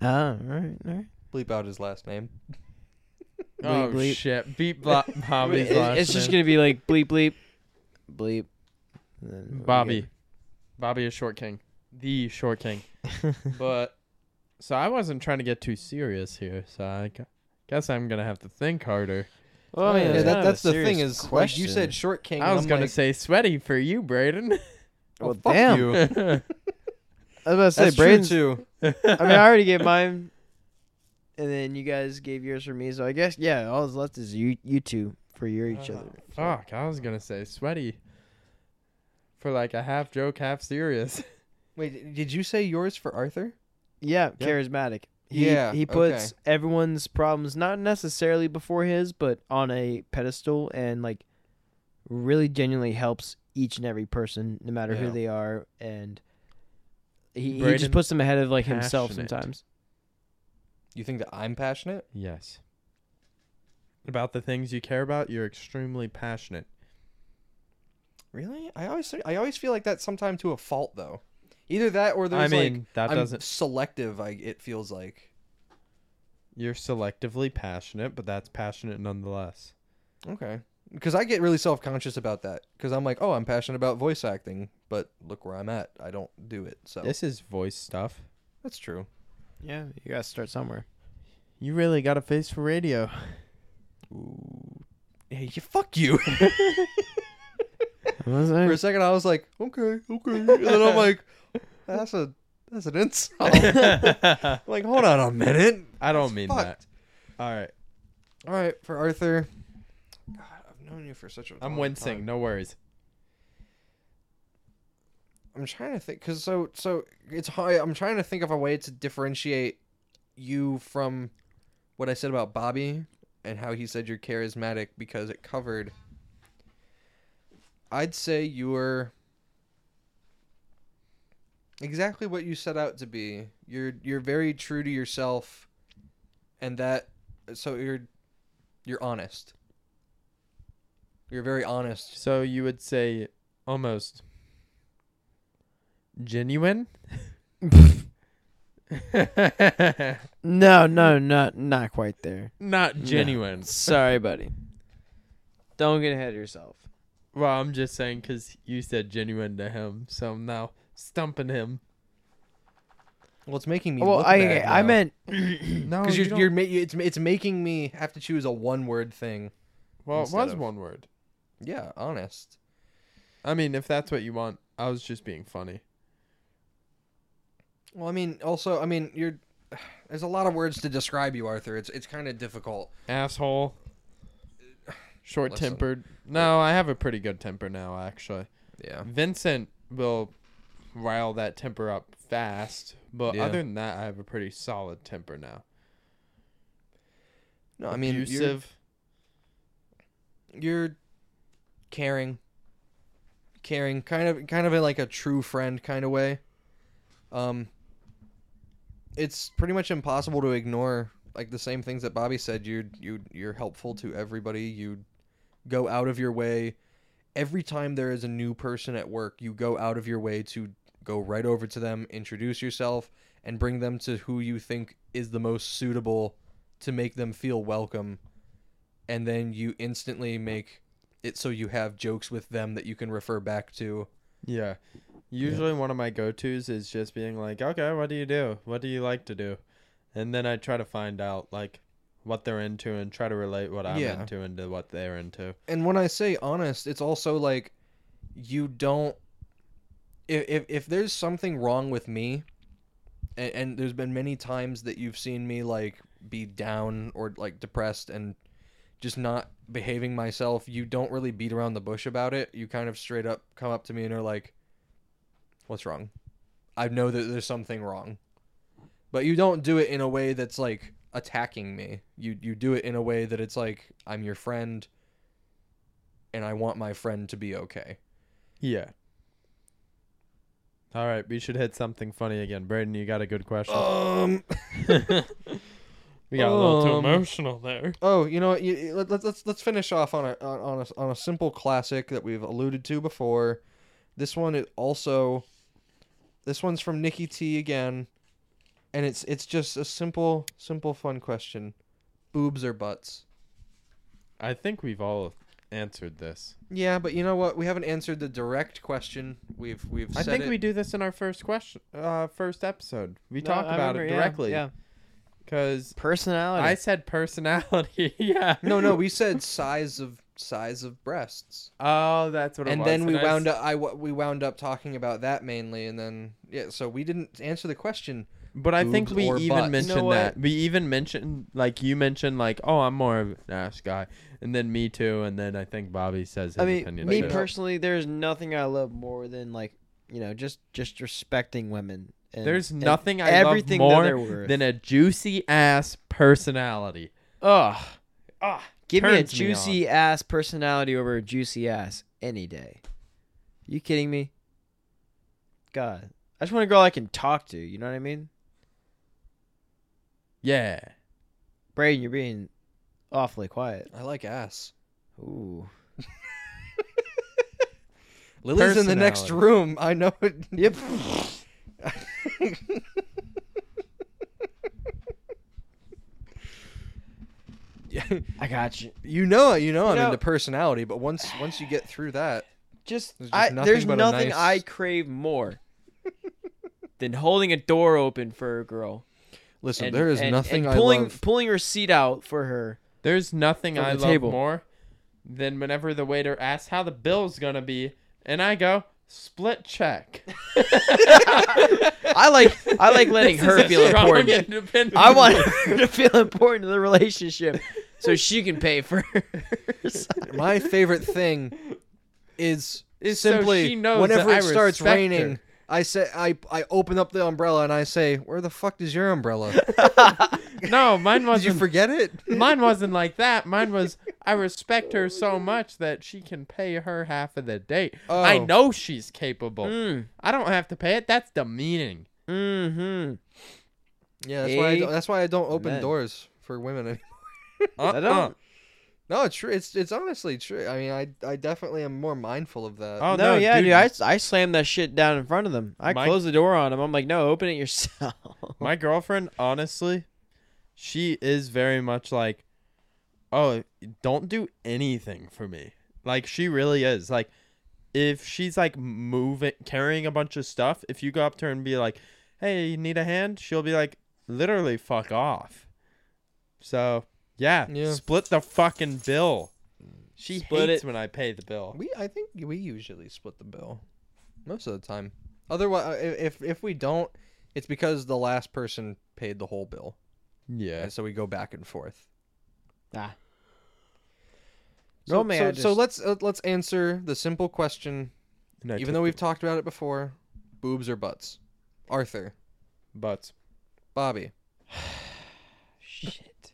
Ah, all right, all right. Bleep out his last name. Oh bleep. shit! Beat Blo- Bobby's It- last it's just name. gonna be like bleep bleep, bleep. and then we'll be Bobby. Bobby is Short King, the Short King. good. But so I wasn't trying to get too serious here, so I gu- guess I'm gonna have to think harder. well, I mean, Oh, Yeah, it's that- kind of a that's the thing serious is like, you question. said short king. I and was I'm gonna like, say sweaty for you, Braden. oh, Well, fuck damn. you. I was about to That's say Braden's. true too. I mean, I already gave mine, and then you guys gave yours for me. So I guess yeah, all that's left is you you two for your each Uh-huh. other. Fuck, I was gonna say sweaty. For like a half joke, half serious. Wait, did you say yours for Arthur? Yeah, Yeah. charismatic. He, Yeah, he puts everyone's problems not necessarily before his, but on a pedestal, and like really genuinely helps each and every person, no matter who Yeah. they are, and he, he just Braden, puts them ahead of like himself passionate. sometimes. You think that I'm passionate? Yes. About the things you care about, you're extremely passionate. Really? I always I always feel like that sometime to a fault though. Either that or I there's mean, like that I'm doesn't. selective. I it feels like You're selectively passionate, but that's passionate nonetheless. okay because I get really self conscious about that because I'm like oh I'm passionate about voice acting but look where I'm at I don't do it so This is voice stuff. that's true. Yeah, you gotta start somewhere. You really got a face for radio. Ooh. Hey, you, fuck you. For I a second, I was like, okay, okay, and then I'm like, that's a that's an insult. I'm I like, hold on a minute. don't It's mean fucked. that. All right, All right, for Arthur. God, I've known you for such a. I'm long wincing. time. No worries. I'm trying to think, cause so so it's hard. I'm trying to think of a way to differentiate you from what I said about Bobby and how he said you're charismatic because it covered. I'd say you're exactly what you set out to be. You're you're very true to yourself, and that so you're you're honest. You're very honest. So you would say almost genuine No, no, not not quite there. Not genuine. Sorry, buddy. Don't get ahead of yourself. Well, I'm just saying because you said genuine to him, so I'm now stumping him. Well, it's making me. Well, look I bad I now. meant No, because Oh, you you're, don't- you're ma- it's it's making me have to choose a one word thing. well, it instead was of- one word. Yeah, honest. I mean, if that's what you want, I was just being funny. Well, I mean, also, I mean, you're. There's a lot of words to describe you, Arthur. It's it's kind of difficult. Asshole. Uh, Short tempered. No, I have a pretty good temper now, actually. Yeah. Vincent will rile that temper up fast, but Yeah. other than that, I have a pretty solid temper now. No, I mean, you're, Abusive. you're caring, caring, kind of kind of in like a true friend kind of way. Um. It's pretty much impossible to ignore like the same things that Bobby said. You you you're helpful to everybody. You go out of your way. Every time there is a new person at work, you go out of your way to go right over to them, introduce yourself, and bring them to who you think is the most suitable to make them feel welcome. And then you instantly make it so you have jokes with them that you can refer back to. Yeah. Usually one of my go-tos is just being like, "Okay, what do you do? What do you like to do?" And then I try to find out like what they're into and try to relate what I'm Yeah. into into what they're into. and when I say honest, it's also like you don't. If if, if there's something wrong with me, and, and there's been many times that you've seen me like be down or like depressed and just not behaving myself, you don't really beat around the bush about it. You kind of straight up come up to me and are like, "What's wrong?" I know that there's something wrong, but you don't do it in a way that's like attacking me. You you do it in a way that it's like I'm your friend and I want my friend to be okay. Yeah. All right, we should hit something funny again. Braden, you got a good question. Um. we got a uh. little too um, emotional there. Oh, you know, what, you- you- let, let's let's let's finish off on a on a on a simple classic that we've alluded to before. This one is also. This one's from Nikki T again, and it's it's just a simple simple fun question: boobs or butts? I think we've all answered this. Yeah, but you know what? We haven't answered the direct question. We've we've. I said think it. we do this in our first question, uh, first episode. We No, talked I about it remember, yeah, directly Yeah, because personality. I said personality. yeah. No, no, we said size of size of breasts. Oh, that's what it and was. then we wound up. up I w- we wound up talking about that mainly and then yeah so we didn't answer the question But I think boobs we or even butts. You know mentioned what? that. We even mentioned like you mentioned like, oh, I'm more of an ass guy, and then me too, and then I think Bobby says his I mean, opinion. me too. Yeah. personally, there's nothing I love more than like you know just just respecting women. And, There's and nothing I everything love that they're more worth. than a juicy ass personality. Ugh. Ah, Give me a turns me on. juicy ass personality over a juicy ass any day. You kidding me? God, I just want a girl I can talk to. You know what I mean? yeah. Braden, you're being awfully quiet. i like ass Ooh. lily's in the next Personality. room i know it Yep. I got you. you know you know i'm You know- into personality but once once you get through that Just, There's just I, nothing there's but a nothing nice- I crave more than holding a door open for a girl. listen and- there is and- nothing and pulling i love pulling her seat out for her. There's nothing From I the love table. more than whenever the waiter asks how the bill's gonna be, and I go split check. I like I like letting her feel Strong important. independent I want her to feel important to the relationship, so she can pay for hers. my favorite thing is Is so simply she knows whenever that I it starts respect her. raining i say i i open up the umbrella and i say where the fuck is your umbrella No, mine did wasn't. you forget it Mine wasn't like that. Mine was I respect her so much that she can pay her half of the date. I Oh. know she's capable. Mm. I don't have to pay it. That's demeaning. Mm-hmm. yeah that's why I, Eh? don't- that's why i don't open Amen. doors for women Uh-uh. don't- No, it's true. It's it's honestly true. I mean, I I definitely am more mindful of that. Oh no, no, yeah, dude. dude. I, s- I slammed that shit down in front of them. I My- closed the door on them. I'm like, no, open it yourself. My girlfriend, honestly, she is very much like, oh, don't do anything for me. Like, she really is. Like, if she's like moving, carrying a bunch of stuff, if you go up to her and be like, hey, you need a hand? She'll be like, literally, fuck off. So, yeah, Yeah. split the fucking bill. She Split hates it. when I pay the bill. We I think we usually split the bill most of the time. Otherwise, uh, if if we don't, it's because the last person paid the whole bill, Yeah. and so we go back and forth. ah. So, No, man, so, I so just- let's uh, let's answer the simple question. Even though we've talked about it before, boobs or butts? Arthur, But Bobby. Shit.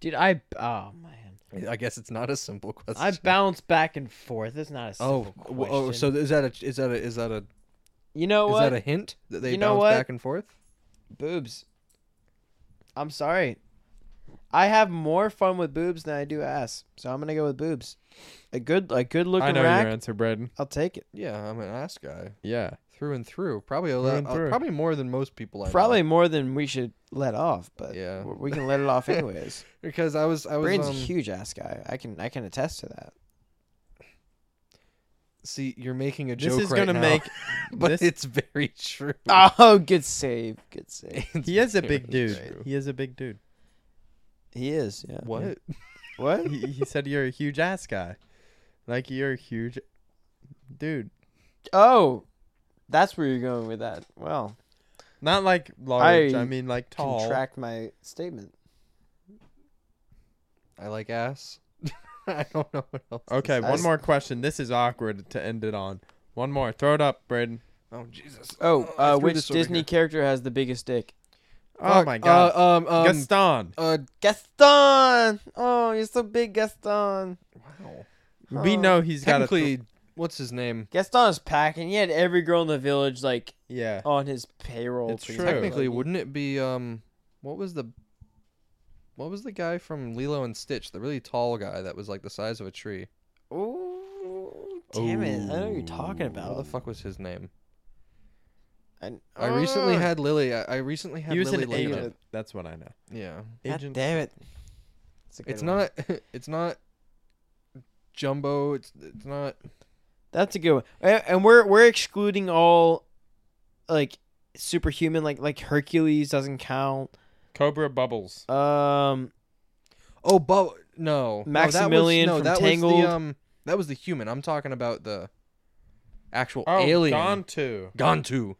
Dude, I. Oh, man. I guess it's not a simple question. I bounce back and forth. It's not a oh, simple w- oh, question. so is that a is that a is that a You know is what? that a hint that they You know bounce what? back and forth? boobs. I'm sorry. I have more fun with boobs than I do ass. So I'm going to go with boobs. A good a good I looking know your rack. answer, Braden. I'll take it. Yeah, I'm an ass guy Yeah. through and through. Probably a Through lot, and uh, through. probably more than most people. I know. Probably more than we should let off, but Yeah. yeah. we can let it off anyways. because I was I was Brain's um, a huge ass guy. I can I can attest to that. see you're making a This joke is right gonna now, make but this- Ah. it's very true. Oh, good save, good save. It's He is a very big dude. true. He is a big dude. He is. Yeah. What? What? he, he said you're a huge ass guy. Like you're a huge dude. Oh, that's where you're going with that. Well, Not like large, I, I mean like tall. contract my statement. I like ass. I don't know what else. to okay, say. one more question. This is awkward to end it on. One more. Throw it up, Braden. Oh Jesus. Oh, I uh, threw which this over Disney here. character has the biggest dick? Oh Fuck, my god. Uh, um, um, Gaston. uh, Gaston. Oh, you're so big, Gaston. wow. we huh. know he's got a th- uh, Technically, what's his name? Gaston is packing. He had every girl in the village like Yeah. um, on his payroll. It's pretty true. much. Technically, Like, wouldn't it be um, what was the, what was the guy from Lilo and Stitch, the really tall guy that was like the size of a tree? Ooh, damn it! I know what you're talking What the about. fuck was his name? And- I uh, recently Ugh. had Lily. I, I recently had He was Lily an look it agent. up. That's what I know. Yeah, God Agent damn it! a good it's one. not. It's not. Jumbo. It's it's not. That's a good one. A- And we're we're excluding all like superhuman like like Hercules doesn't count. Cobra Bubbles. Um Oh, but no, Maximilian no, that was, no, that from Was Tangled. the, um, that was the human. I'm talking about the actual Oh, alien. Gontu. Gontu.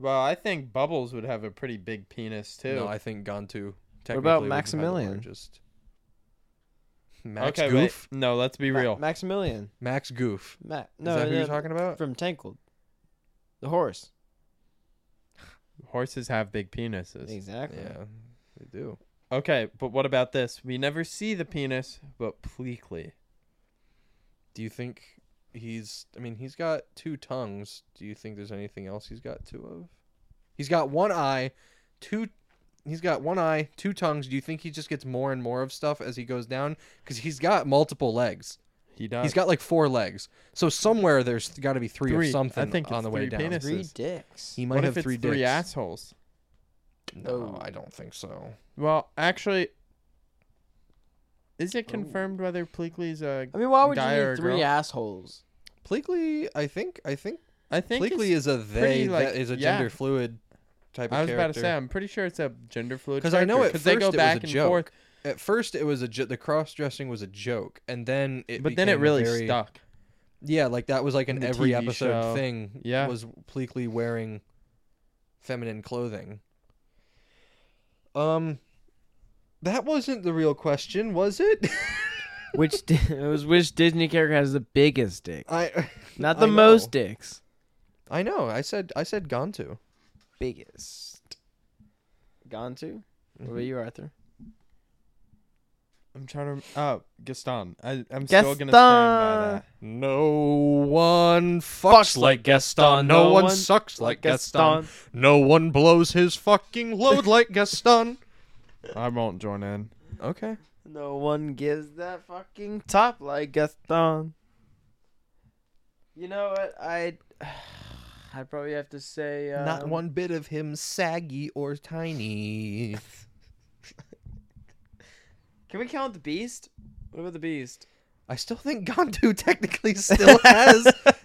Well, I think Bubbles would have a pretty big penis too. No, I think Gontu. about technically, would have had the Maximilian? largest. Max okay, wait. Goof. No, let's be Ma- real. Maximilian. Max Goof. Matt. Is No, that who you're no, talking about? from Tangled. The horse. Horses have big penises. Exactly. Yeah, they do. Okay, but what about this? We never see the penis, but pleacly. Do you think he's? I mean, he's got two tongues. Do you think there's anything else he's got two of? He's got one eye, two. He's got one eye, two tongues. Do you think he just gets more and more of stuff as he goes down? Because he's got multiple legs. He does. He's got like four legs. So somewhere there's got to be three, Three. or I something think on it's the way three down. penis- Three Misses. dicks. He might what have if it's three three, dicks. assholes? No, Oh. I don't think so. Well, actually, is it Oh. confirmed whether pleacly's a? I mean, why would you Guy or need a three girl? assholes? Pleakley, I think, I think, I think. Pleakley is it's- a they pretty, like- that is a yeah. gender fluid type of I was about to character. say, I'm pretty sure it's a gender fluid. 'Cause I know character, at they first go it was a back and joke, forth, At first, it was a jo- the cross dressing was a joke, and then it but then it became a really very- stuck. Yeah, like that was like an The every TV episode show. thing. Yeah. was Pleakley wearing feminine clothing. Um, that wasn't the real question, was it? Which di- it was which Disney character has the biggest dick? I Not I the know. most dicks. I know. I said I said Gontu. Biggest. Gone to? What about you, Arthur? I'm trying to. rem- Oh, Gaston. I, I'm still gonna stand by Gaston! that. No one fucks like Gaston. No, one, sucks like Gaston. No one blows his fucking load like Gaston. I won't join in. Okay. No one gives that fucking top like Gaston. You know what? I'd I'd probably have to say um, Not one bit of him saggy or tiny. Can we count the Beast? What about the Beast? I still think Gantu technically still has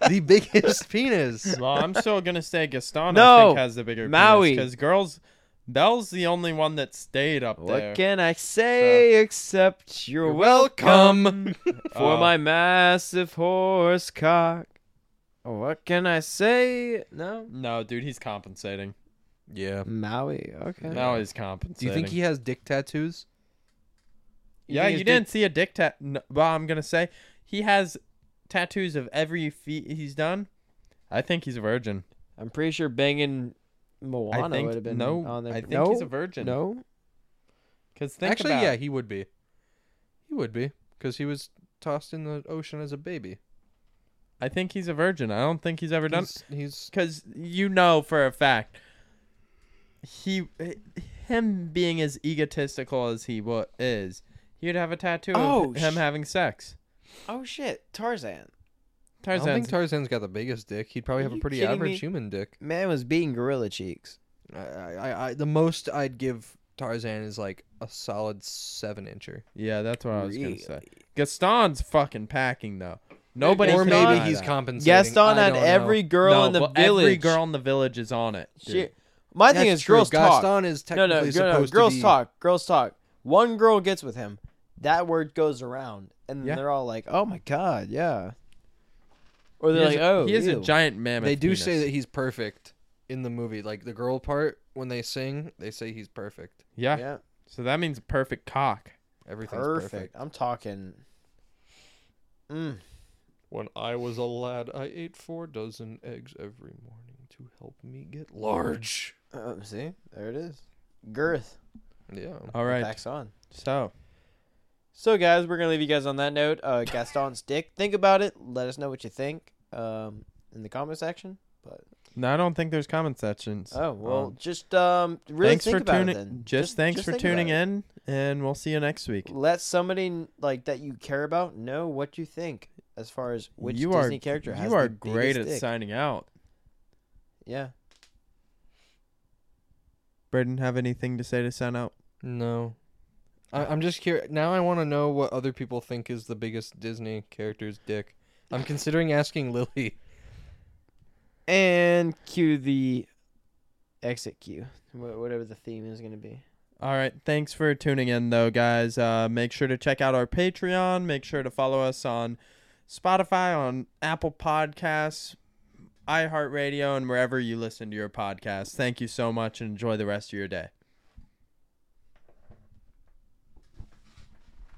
the biggest penis. Well, I'm still gonna say Gaston. I No. think has the bigger Maui. because girls, Belle's the only one that stayed up there. What can I say except you're, You're welcome. welcome, Um, for Oh. my massive horse cock? Oh, What can I say? No. No, dude, he's compensating. Yeah. Maui. Okay. Maui's compensating. Do you think he has dick tattoos? Yeah, think you his didn't see a dick tat. No, well, I'm gonna say he has tattoos of every feat he's done. I think he's a virgin. I'm pretty sure banging Moana I think would have been no. on there. I think no, he's a virgin. no. because think Actually, about yeah, it. he would be. He would be because he was tossed in the ocean as a baby. I think he's a virgin. I don't think he's ever done He's, he's because you know for a fact he him being as egotistical as he wa- is, he'd have a tattoo Oh, of him sh- having sex. Oh shit, I Tarzan. don't Tarzan. think Tarzan's got the biggest dick. He'd probably Are have a you pretty kidding average me? human dick. Man was beating gorilla cheeks. I, I, I- I, the most I'd give Tarzan is like a solid seven incher. yeah, that's what I was gonna say. Gaston's fucking packing though. Nobody or can maybe deny he's that. compensating. Gaston I had don't know. every girl No, in the well, village. Every girl in the village is on it. dude. Shit. My thing That's is true. girls Gaston talk. is No, technically no, no, no, supposed girls to be. talk. Girls talk. One girl gets with him. That word goes around, and Yeah. they're all like, "Oh my god, yeah." Or they're He like, has a- "Oh, he is a ew." giant mammoth. They do penis. say that he's perfect in the movie. Like the girl part when they sing, they say he's perfect. Yeah. Yeah, So that means perfect cock. Everything's perfect. perfect. I'm talking. Mm. When I was a lad, I ate four dozen eggs every morning to help me get large. Uh, see, there it is. Girth. Yeah. All right. Backs on. So So, guys, we're gonna leave you guys on that note. Uh, Gaston's dick. Think about it. Let us know what you think. Um, in the comment section. But no, I don't think there's comment sections. oh well, Um, just um, really thanks think for about tuning. it then. Just, thanks for think about tuning it. in, and we'll see you next week. Let somebody like that you care about know what you think as far as which you Disney are, character has You are the great biggest at dick. signing out. Yeah. Braden, have anything to say to sign out? No. I, I'm just curious. Now I want to know what other people think is the biggest Disney character's dick. I'm considering asking Lily. And cue the exit cue. Wha- Whatever the theme is gonna be. All right. Thanks for tuning in, though, guys. Uh, make sure to check out our Patreon. Make sure to follow us on Spotify, on Apple Podcasts, iHeartRadio, and wherever you listen to your podcasts. Thank you so much and enjoy the rest of your day.